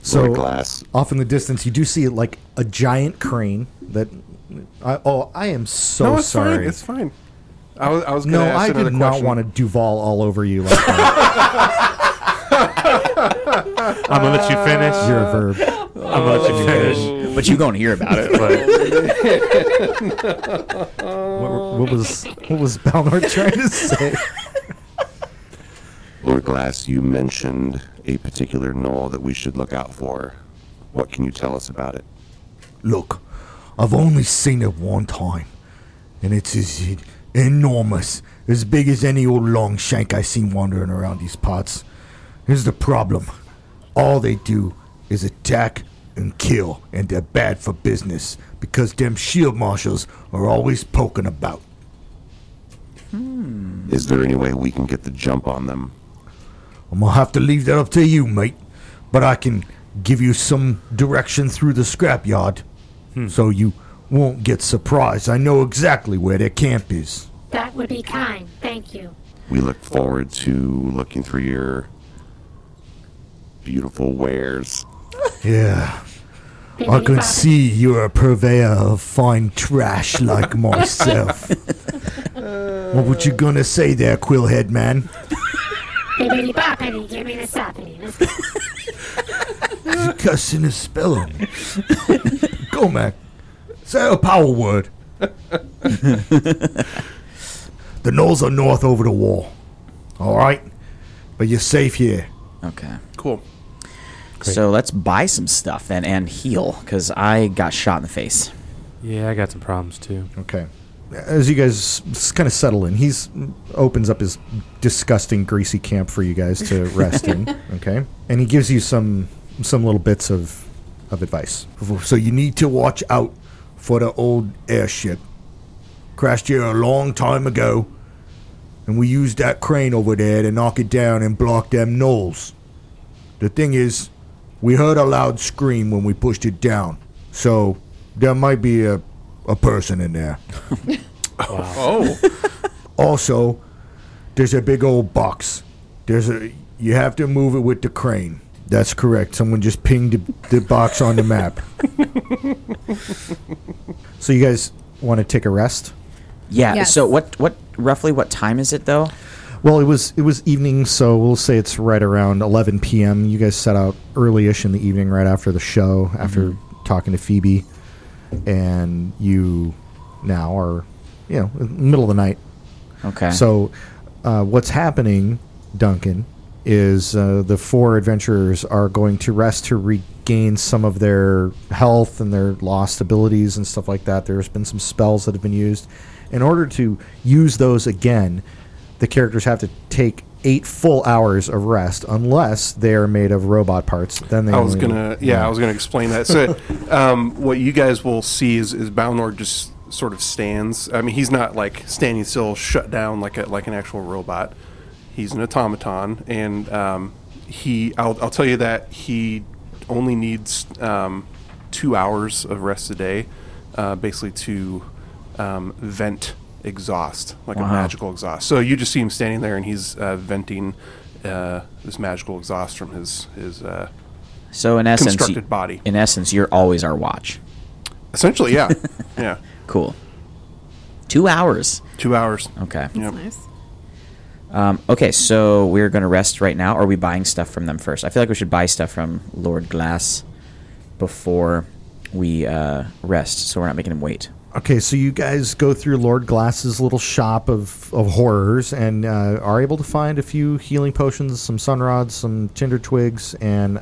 S12: So
S8: Lord Glass.
S12: off in the distance, you do see like a giant crane that. I, oh, I am so
S3: no, it's
S12: sorry.
S3: fine. It's fine. I was, I was
S12: no,
S3: gonna ask
S12: I
S3: another
S12: did not
S3: question.
S12: want to Duval all over you. Like that.
S3: [laughs]
S5: I'm gonna let you finish.
S12: You're a verb.
S5: I'm gonna let you finish.
S4: but you're going to hear about it.
S5: But
S2: Oh.
S12: What, what was what was Balnor trying to say?
S8: Lord Glass, you mentioned a particular knoll that we should look out for. What can you tell us about it?
S2: Look, I've only seen it one time, and it's as e- enormous, as big as any old long shank I seen wandering around these parts. Here's the problem: all they do is attack and kill, and they're bad for business because them shield marshals are always poking about.
S8: Is there any way we can get the jump on them?
S2: I'm gonna have to leave that up to you, mate. But I can give you some direction through the scrapyard, so you won't get surprised. I know exactly where their camp is.
S11: That would be kind. Thank you.
S8: We look forward to looking through your beautiful wares.
S2: Yeah. I
S11: Bibbidi
S2: can
S11: bobbidi.
S2: see you're a purveyor of fine trash like myself. what were you gonna say there, Quillhead man?
S11: Bibbidi boppity, give me the soppity. Let's go.
S2: You cussing a spell on me. [laughs] Go, Mac. Say a power word. the knolls are north over the wall. All right? But you're safe here.
S4: Okay.
S3: Cool.
S4: So let's buy some stuff then and heal, because I got shot in the face.
S5: yeah, I got some problems too.
S12: Okay. As you guys kind of settle in, he's mm, opens up his disgusting greasy camp for you guys to rest in. Okay, and he gives you some some little bits of of advice.
S2: So you need to watch out for the old airship. Crashed here a long time ago.
S9: and we use that crane over there to knock it down and block them knolls. The thing is, we heard a loud scream when we pushed it down, so there might be a, a person in there.
S3: Oh.
S9: [laughs] also, there's a big old box. There's a you have to move it with the crane. That's correct. Someone just pinged the, the box on the map.
S2: So you guys want to take a rest?
S4: Yeah.
S6: Yes.
S4: So what? What roughly? What time is it though?
S2: Well, it was it was evening, so we'll say it's right around 11 p.m. You guys set out early-ish in the evening, right after the show, after talking to Phoebe, and you now are, you know, in the middle of the night.
S4: Okay.
S2: So, uh, what's happening, Duncan, is uh, the four adventurers are going to rest to regain some of their health and their lost abilities and stuff like that. There's been some spells that have been used. In order to use those again, the characters have to take eight full hours of rest, unless they are made of robot parts. Then they
S3: I was
S2: only-
S3: gonna, yeah, I was gonna explain that. So, um, what you guys will see is is Balnor just sort of stands. I mean, he's not like standing still, shut down like a like an actual robot. He's an automaton, and um, he. I'll, I'll tell you that he only needs um, two hours of rest a day, uh, basically to um, vent exhaust, like a
S4: Wow.
S3: magical exhaust. So you just see him standing there, and he's uh, venting. Uh, this magical exhaust from his his uh,
S4: So in essence,
S3: constructed
S4: y-
S3: body.
S4: In essence, you're always our watch. [laughs]
S3: Essentially, yeah, yeah.
S4: Cool. Two hours.
S3: Two hours.
S4: Okay.
S3: Yep.
S6: Nice.
S4: Um, okay, so we're going to rest right now. Are we buying stuff from them first? I feel like we should buy stuff from Lord Glass before we uh, rest, so we're not making him wait.
S2: Okay, so you guys go through Lord Glass's little shop of, of horrors and uh, are able to find a few healing potions, some sun rods, some tinder twigs, and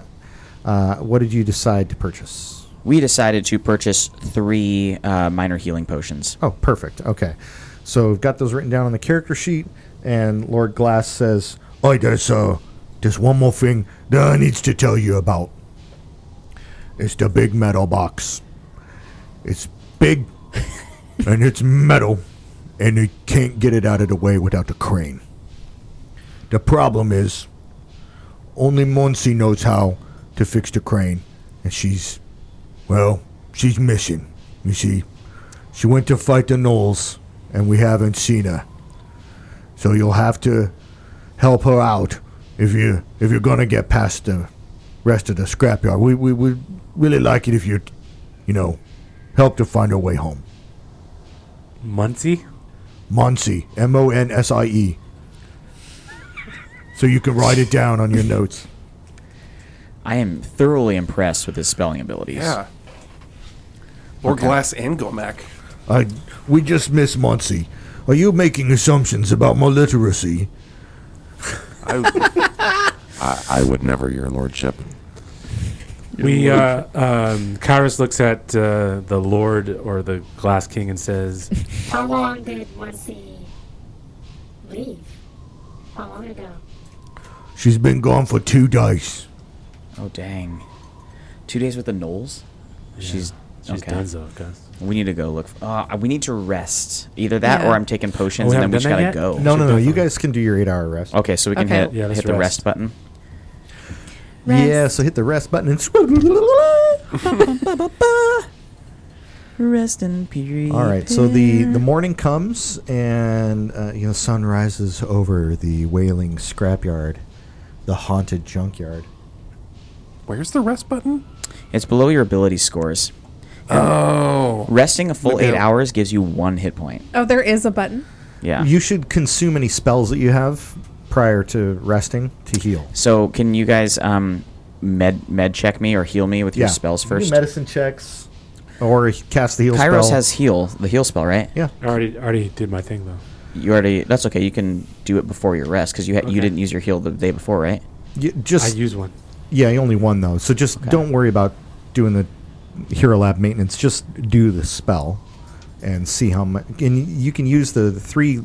S2: uh, what did you decide to purchase?
S4: We decided to purchase three uh, minor healing potions.
S2: Oh, perfect. Okay. So we've got those written down on the character sheet, and Lord Glass says,
S9: I there's uh, there's one more thing that I needs to tell you about. It's the big metal box. It's big, and it's metal, and you can't get it out of the way without the crane. The problem is, only Monsi knows how to fix the crane, and she's, well, she's missing. You see, she went to fight the Knolls, and we haven't seen her. So you'll have to help her out if you if you're gonna get past the rest of the scrapyard. We we would really like it if you, you know, help to find her way home.
S5: Muncie?
S9: Monsie, M O N S I E. So you can write it down on your notes.
S4: I am thoroughly impressed with his spelling abilities.
S3: Yeah. Or
S4: Okay.
S3: glass and Gomac.
S9: I we just miss Monsie. Are you making assumptions about my literacy?
S3: I,
S8: I, I would never, Your Lordship.
S5: We uh, um, Kairos looks at uh, the Lord or the Glass King and [laughs] says,
S11: How long did Muncie leave? How long ago?
S9: She's been gone for two days.
S4: Oh, dang. Two days with the Knolls? She's.
S5: "She's
S4: okay.
S5: donezo, guys."
S4: We need to go look. For, uh, we need to rest. Either that,
S6: Yeah.
S4: or I'm taking potions,
S5: Oh, we
S4: and then
S5: haven't
S4: we
S5: done
S4: just gotta
S5: that
S4: go.
S5: yet?
S2: No,
S5: should
S2: no, no. You
S5: definitely-
S2: guys can do your eight hour rest.
S4: Okay, so we can
S6: Okay.
S4: hit
S5: Yeah, let's
S4: hit the
S5: rest.
S4: rest button.
S6: Rest.
S2: Yeah, so hit the rest button and. [laughs]
S4: Rest in peace.
S2: All right, so the, the morning comes and uh, you know sun rises over the wailing scrapyard, the haunted junkyard.
S3: Where's the rest button?
S4: It's below your ability scores.
S3: Oh.
S4: Resting a full
S3: Maybe
S4: eight
S3: I'll-
S4: hours gives you one hit point.
S6: Oh, there is a button.
S4: Yeah.
S2: You should consume any spells that you have prior to resting to heal.
S4: so can you guys um, med med check me or heal me with your spells
S2: Do
S4: first?
S2: medicine checks, or cast the heal spell.
S4: Kairos has heal, the heal spell, right?
S2: yeah.
S5: I already already did my thing though.
S4: You already. That's okay. You can do it before your rest because you ha-
S5: Okay.
S4: you didn't use your heal the day before, right?
S2: You
S5: I
S2: just
S5: use one.
S2: yeah, you only one though, so just don't worry about doing the hero lab maintenance. Just do the spell and see how much. And you can use the three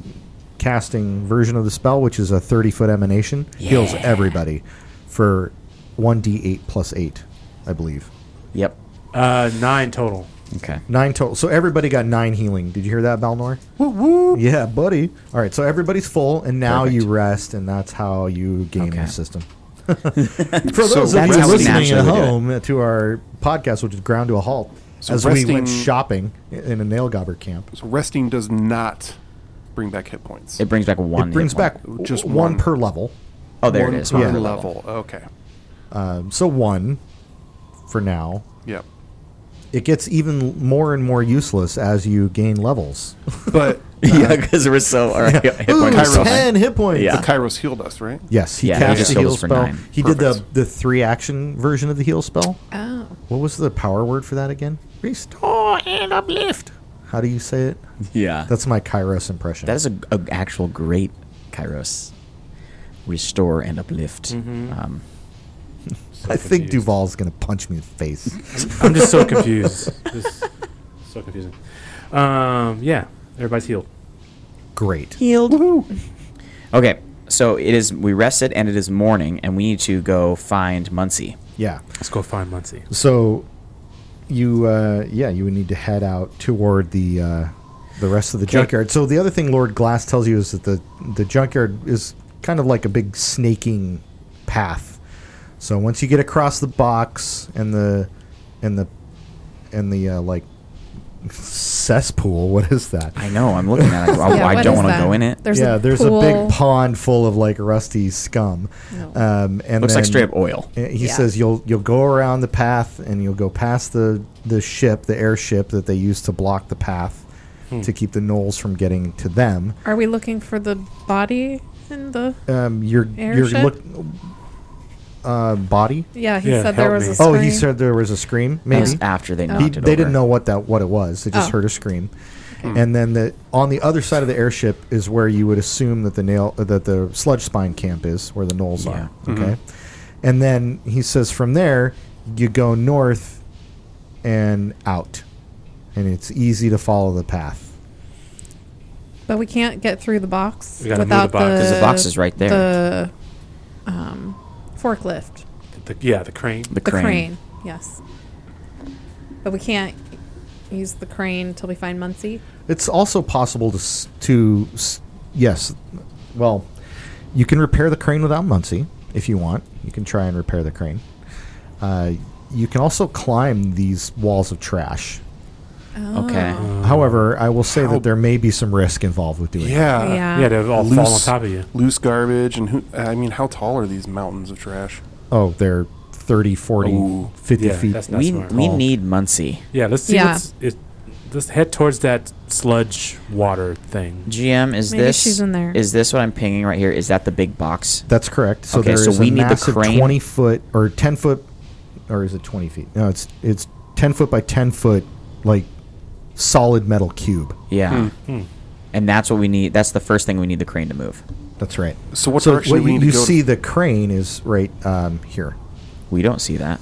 S2: casting version of the spell, which is a thirty foot emanation, heals everybody for one d eight plus eight, I believe.
S4: Yep.
S5: Uh, nine total.
S4: Okay.
S2: Nine total. So everybody got nine healing. Did you hear that, Balnor? Woo woo. Yeah, buddy. All right. So everybody's full, and now you rest, and that's how you game the
S4: [laughs]
S2: system. [laughs] For those
S1: So
S2: of
S1: that's
S2: you
S1: how we
S2: listening
S1: naturally
S2: at
S1: do it.
S2: home to our podcast, which is ground to a halt,
S3: So
S2: as we
S3: resting-
S2: went shopping in a nail gobber camp,
S3: So resting does not bring back hit points.
S4: It brings back one.
S2: it brings back
S3: just
S2: one,
S3: one.
S2: per level.
S4: Oh, there it One is,
S3: per level. Okay.
S2: Um, so one for now.
S3: Yep.
S2: It gets even more and more useless as you gain levels.
S3: But
S4: [laughs] yeah, because it was so. All right, hit
S2: Ooh,
S4: points are so high.
S2: 10 hit points.
S4: Yeah.
S3: The Kairos healed us, right?
S2: Yes, he
S4: Yeah, he
S2: cast
S4: just
S2: the
S4: heals
S2: heal
S4: for
S2: spell.
S4: nine.
S2: He did the the three action version of the heal spell.
S6: Oh.
S2: What was the power word for that again?
S7: Restore and uplift.
S2: How do you say it?
S4: Yeah.
S2: That's my Kairos impression.
S4: That is an actual great Kairos. Restore and uplift. Um,
S2: I think Duval's gonna punch me in the face.
S5: I'm [laughs] just so confused. This so confusing. Um, yeah, everybody's healed.
S2: Great.
S4: Healed. Okay, so it is. We rested and it is morning, and we need to go find Muncie.
S2: Yeah.
S5: Let's go find Muncie.
S2: So, you uh, yeah, you would need to head out toward the uh, the rest of the junkyard. So the other thing Lord Glass tells you is that the the junkyard is kind of like a big snaking path. So once you get across the box and the and the and the uh, like cesspool, [laughs] what is that?
S4: I know. I'm looking at it.
S6: [laughs]
S4: I- Yeah, I what don't is wanna that? go in it. There's a
S2: yeah, there's a
S4: pool.
S2: big pond full of like rusty scum. Um, and
S4: Looks like
S2: then-
S4: straight up oil.
S2: Uh, He
S4: Yeah.
S2: says you'll you'll go around the path and you'll go past the the ship, the airship that they use to block the path
S6: Hmm.
S2: to keep the gnolls from getting to them.
S6: Are we looking for the body in the?
S2: Um, you're
S6: Airship?
S2: you're look. Uh, body.
S6: Yeah, he Yeah, said there help was a me.
S2: Oh, he
S6: scream.
S2: said there was a scream.
S4: That
S2: Maybe
S4: was after they
S2: He-
S4: knocked it
S2: They didn't
S4: over.
S2: know what that what it was. They just
S4: Oh.
S2: heard a scream, and then the on the other side of the airship is where you would assume that the nail uh, that the sludge spine camp is, where the gnolls are.
S4: Mhm.
S2: Okay, and then he says from there you go north and out, and it's easy to follow the path.
S6: But we can't get through the box
S2: We gotta move
S6: without
S2: the box. 'Cause the box is right there.
S6: The um, forklift,
S5: The, yeah, the crane.
S6: the, crane. yes. But we can't use the crane till we find Muncie.
S2: It's also possible to s- to s- yes, well, you can repair the crane without Muncie if you want. You can try and repair the crane. Uh, you can also climb these walls of trash.
S4: Okay.
S2: However, I will say that there may be some risk involved with doing.
S3: Yeah.
S2: that.
S5: you.
S3: Loose garbage, and who? I mean, how tall are these mountains of trash?
S2: Oh, they're 30, 40,
S3: Ooh.
S2: 50
S3: Yeah,
S2: feet.
S3: that's not We- smart. we
S2: tall.
S4: need Muncie.
S5: Yeah, let's see.
S6: Yeah.
S5: What's, it, let's head towards that sludge water thing.
S4: GM, is
S6: Maybe
S4: this
S6: she's in there.
S4: is this what I'm pinging right here? Is that the big box?
S2: That's correct. So
S4: okay,
S2: there is
S4: so we
S2: a
S4: need the
S2: massive
S4: crane.
S2: twenty foot or ten foot, or is it twenty feet? No, it's it's ten foot by ten foot, like solid metal cube.
S4: Yeah.
S5: Hmm. Hmm.
S4: And that's what we need. That's the first thing we need the crane to move.
S2: That's right.
S3: So what
S2: so
S3: direction do
S2: what
S3: we
S2: you,
S3: need to
S2: you
S3: go to-
S2: see the crane is right um, here.
S4: We don't see that.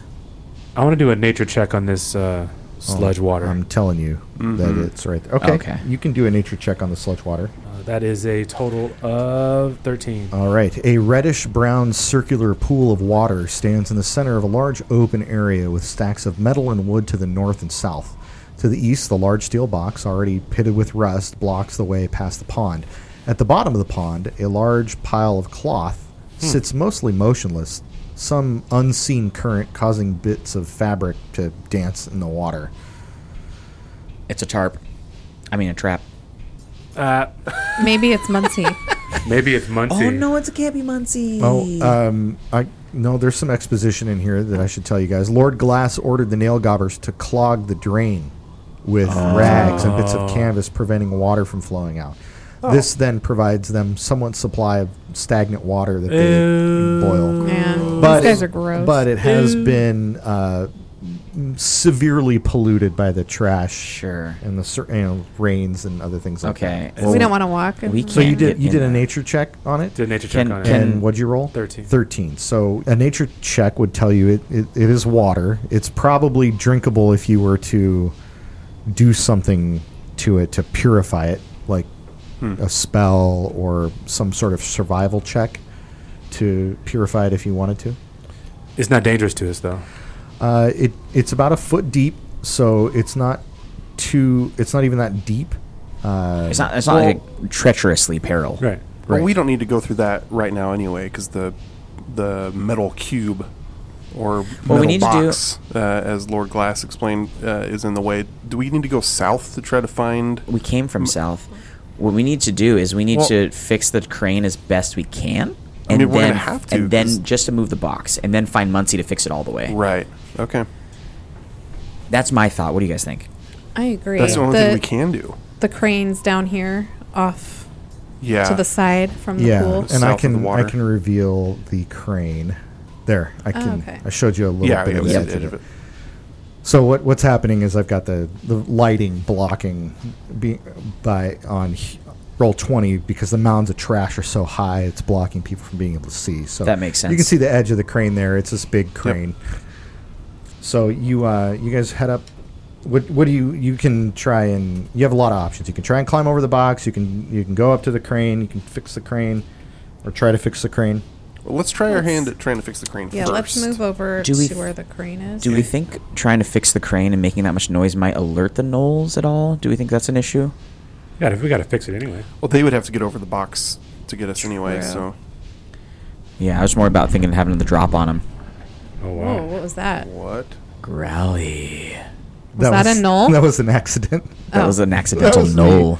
S5: I want to do a nature check on this uh, sludge
S2: Oh,
S5: water.
S2: I'm telling you that
S3: Mm-hmm.
S5: Mhm.
S2: it's right there. Okay.
S5: Okay.
S2: You can do a nature check on the sludge water.
S5: Uh, that is a total of 13.
S2: All right. A reddish brown circular pool of water stands in the center of a large open area with stacks of metal and wood to the north and south. To the east, the large steel box, already pitted with rust, blocks the way past the pond. At the bottom of the pond, a large pile of cloth sits mostly motionless, some unseen current causing bits of fabric to dance in the water.
S4: It's a tarp. I mean, a trap.
S5: Uh,
S6: Maybe it's
S2: [laughs]
S6: Muncie.
S5: Maybe it's Muncie.
S4: it can't be Muncie.
S2: Oh, um, I no. There's some exposition in here that I should tell you guys. Lord Glass ordered the nail gobbers to clog the drain with rags and bits of
S1: Oh.
S2: canvas, preventing water from flowing out. This then provides them somewhat supply of stagnant water that they boil.
S6: Man,
S2: but
S6: these guys are gross.
S2: But it has
S6: Ew.
S2: been uh, severely polluted by the trash,
S4: sure,
S2: and the cer- you know, rains and other things like
S4: Okay,
S2: that.
S4: We well, don't wanna
S6: walk
S4: we in
S2: So you
S4: can't
S2: did
S4: get
S2: you
S4: in
S2: did a
S4: there.
S2: nature check on it.
S5: Did a nature check Can- on it.
S2: And
S5: can-
S2: what'd you roll?
S5: 13.
S2: 13. So a nature check would tell you it, it, it is water. It's probably drinkable if you were to do something to it to purify it, like a spell or some sort of survival check to purify it if you wanted to.
S5: It's not dangerous to us, though.
S2: Uh, it it's about a foot deep, so it's not too. It's not even that deep. Uh,
S4: It's not. It's not like treacherously peril.
S5: Right.
S3: Well, we don't need to go through that right now anyway, because the the metal cube or
S4: Well,
S3: metal
S4: we need to do-
S3: box, uh, as Lord Glass explained, uh, is in the way. Do we need to go south to try to find?
S4: We came from south. What we need to do is we need
S3: Well-
S4: to fix the crane as best we can,
S3: I mean, we're
S4: then
S3: gonna have to,
S4: and then just to move the box, and then find Muncie to fix it all the way.
S3: Right. Okay.
S4: That's my thought. What do you guys think?
S6: I agree.
S4: That's the only thing we can
S3: do.
S6: The cranes down here, off
S3: Yeah.
S6: to the side from the
S2: yeah,
S6: pool.
S2: and I can I can reveal the crane. There, I
S6: Oh,
S2: can.
S6: okay.
S2: I showed you a little
S3: Yeah,
S2: bit
S3: yeah,
S2: of
S3: we
S2: the
S3: did
S2: edge
S3: it
S2: of
S3: a
S2: it.
S3: bit.
S2: So what what's happening is I've got the the lighting blocking be, by on h- roll twenty because the mounds of trash are so high it's blocking people from being able to see. So
S4: That makes
S2: You can
S4: sense.
S2: see the edge of the crane there. It's this big crane. So you uh, you guys head up. What what do you you can try and you have a lot of options. You can try and climb over the box. You can you can go up to the crane. You can fix the crane, or try to fix the crane.
S3: Well, let's try our
S6: Let's-
S3: hand at trying to fix the crane
S6: Yeah,
S3: first.
S6: let's move over
S4: Do we
S6: to where the crane is.
S4: Do we think trying to fix the crane and making that much noise might alert the gnolls at all? Do we think that's an issue?
S5: Yeah, if we got to fix it anyway.
S3: Well, they would have to get over the box to get us anyway.
S5: Yeah.
S3: So
S4: Yeah, I was more about thinking of having the drop on him.
S5: Oh
S6: Whoa, what was that?
S3: what?
S4: Growly.
S6: Was that, a null?
S2: [laughs] That was an accident.
S4: That
S6: Oh.
S4: was an
S2: That
S4: accidental
S2: was
S4: no.
S2: me.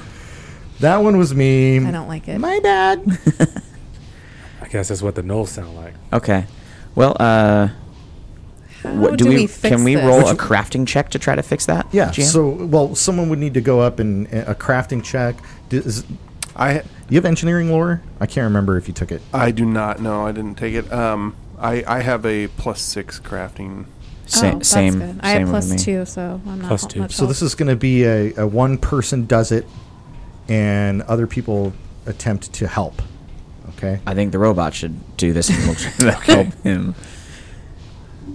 S2: That one was me.
S6: I don't like it.
S2: My bad.
S5: I guess that's what the gnolls sound like.
S4: Okay. Well, uh, what, do,
S6: do
S4: we,
S6: we fix
S4: can we
S6: this?
S4: roll
S6: Would
S4: a
S6: you-
S4: crafting check to try to fix that?
S2: Yeah.
S4: GM?
S2: So, well, someone would need to go up and uh, a crafting check. Does,
S3: I
S2: you have engineering lore? I can't remember if you took it.
S3: I do not know. I didn't take it. Um, I I have a plus six crafting.
S4: Sa-
S6: oh, that's
S4: same.
S6: Good.
S4: Same
S6: I had
S4: with me.
S6: plus two, so I'm not
S5: Plus
S6: help-
S5: two.
S6: much
S2: So
S6: help.
S2: this is going to be a, a one person does it, and other people attempt to help. Okay.
S4: I think the robot should do this
S6: [laughs]
S4: and we'll try to help him.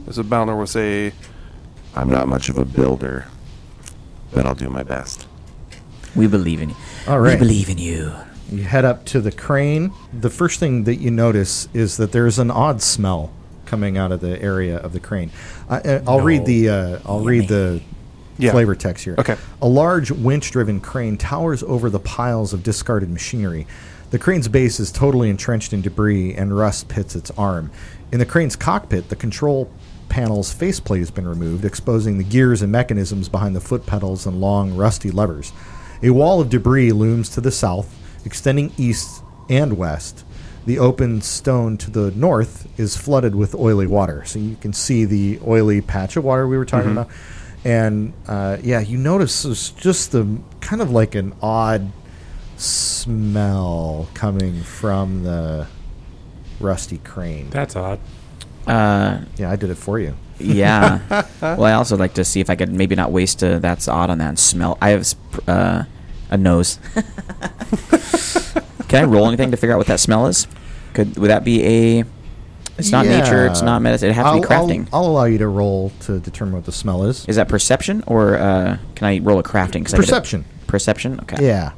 S3: As a bounder was a
S8: I'm not much of a builder, but I'll do my best.
S4: We believe in you.
S2: All right.
S4: We believe in you.
S2: You head up to the crane. The first thing that you notice is that there's an odd smell coming out of the area of the crane. I, I- I'll read the uh, I'll read the
S3: Yeah.
S2: flavor text here.
S3: Okay.
S2: A large winch-driven crane towers over the piles of discarded machinery. The crane's base is totally entrenched in debris, and rust pits its arm. In the crane's cockpit, the control panel's faceplate has been removed, exposing the gears and mechanisms behind the foot pedals and long, rusty levers. A wall of debris looms to the south, extending east and west. The open stone to the north is flooded with oily water. So you can see the oily patch of water we were talking
S3: Mhm.
S2: about. And uh, yeah, you notice it's just the kind of like an odd smell coming from the rusty crane.
S5: That's odd.
S4: Uh,
S2: yeah, I did it for you. [laughs]
S4: yeah. well, I also like to see if I could maybe not waste a that's odd on that and smell. I have s- pr- uh,
S2: [laughs]
S4: a nose. Can I roll anything to figure out what that smell is? Could would that be a? It's not nature. It's
S2: Yeah.
S4: not medicine. It has to be
S2: I'll- I'll-
S4: crafting.
S2: I'll, allow you to roll to determine what the smell is.
S4: is that perception or uh, can I roll a crafting? 'Cause I get a-
S2: Perception.
S4: perception. Okay.
S2: Yeah.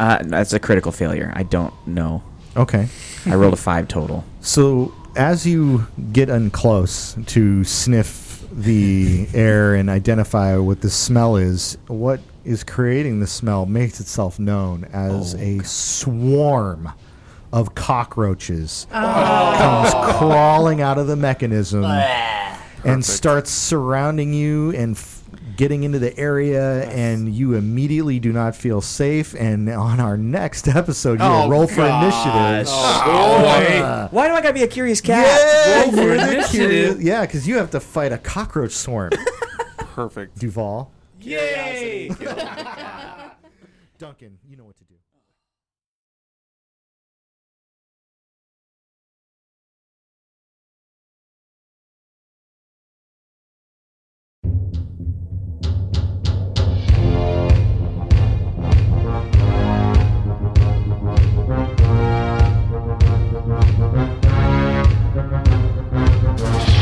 S4: Uh, that's a critical failure. I don't know.
S2: Okay.
S4: I rolled a five total.
S2: So as you get unclose to sniff the air and identify what the smell is, what is creating the smell makes itself known as a swarm of cockroaches comes crawling out of the mechanism and starts surrounding you and f- getting into the area and you immediately do not feel safe and on our next episode you will roll for initiative Uh,
S4: Why do I gotta be a curious cat?
S2: yeah,
S4: Roll for
S2: you're the
S4: initiative.
S2: curious- yeah, because you have to fight a cockroach swarm,
S3: perfect.
S2: Duval.
S5: Yay!
S2: Duncan, you know what to do.
S7: Thank you.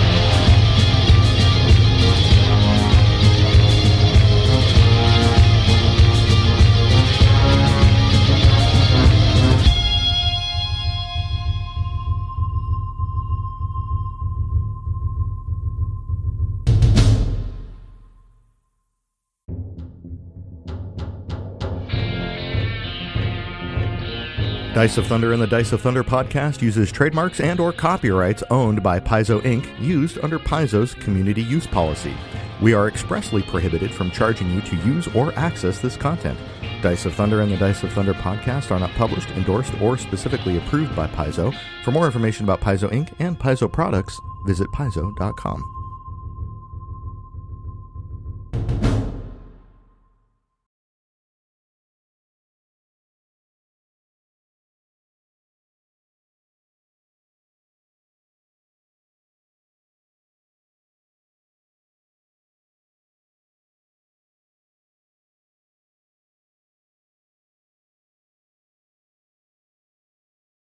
S2: Dice of Thunder and the Dice of Thunder podcast uses trademarks and or copyrights owned by Paizo Inc. used under Paizo's community use policy. We are expressly prohibited from charging you to use or access this content. Dice of Thunder and the Dice of Thunder podcast are not published, endorsed, or specifically approved by Paizo. For more information about Paizo Inc. and Paizo products, visit paizo.com.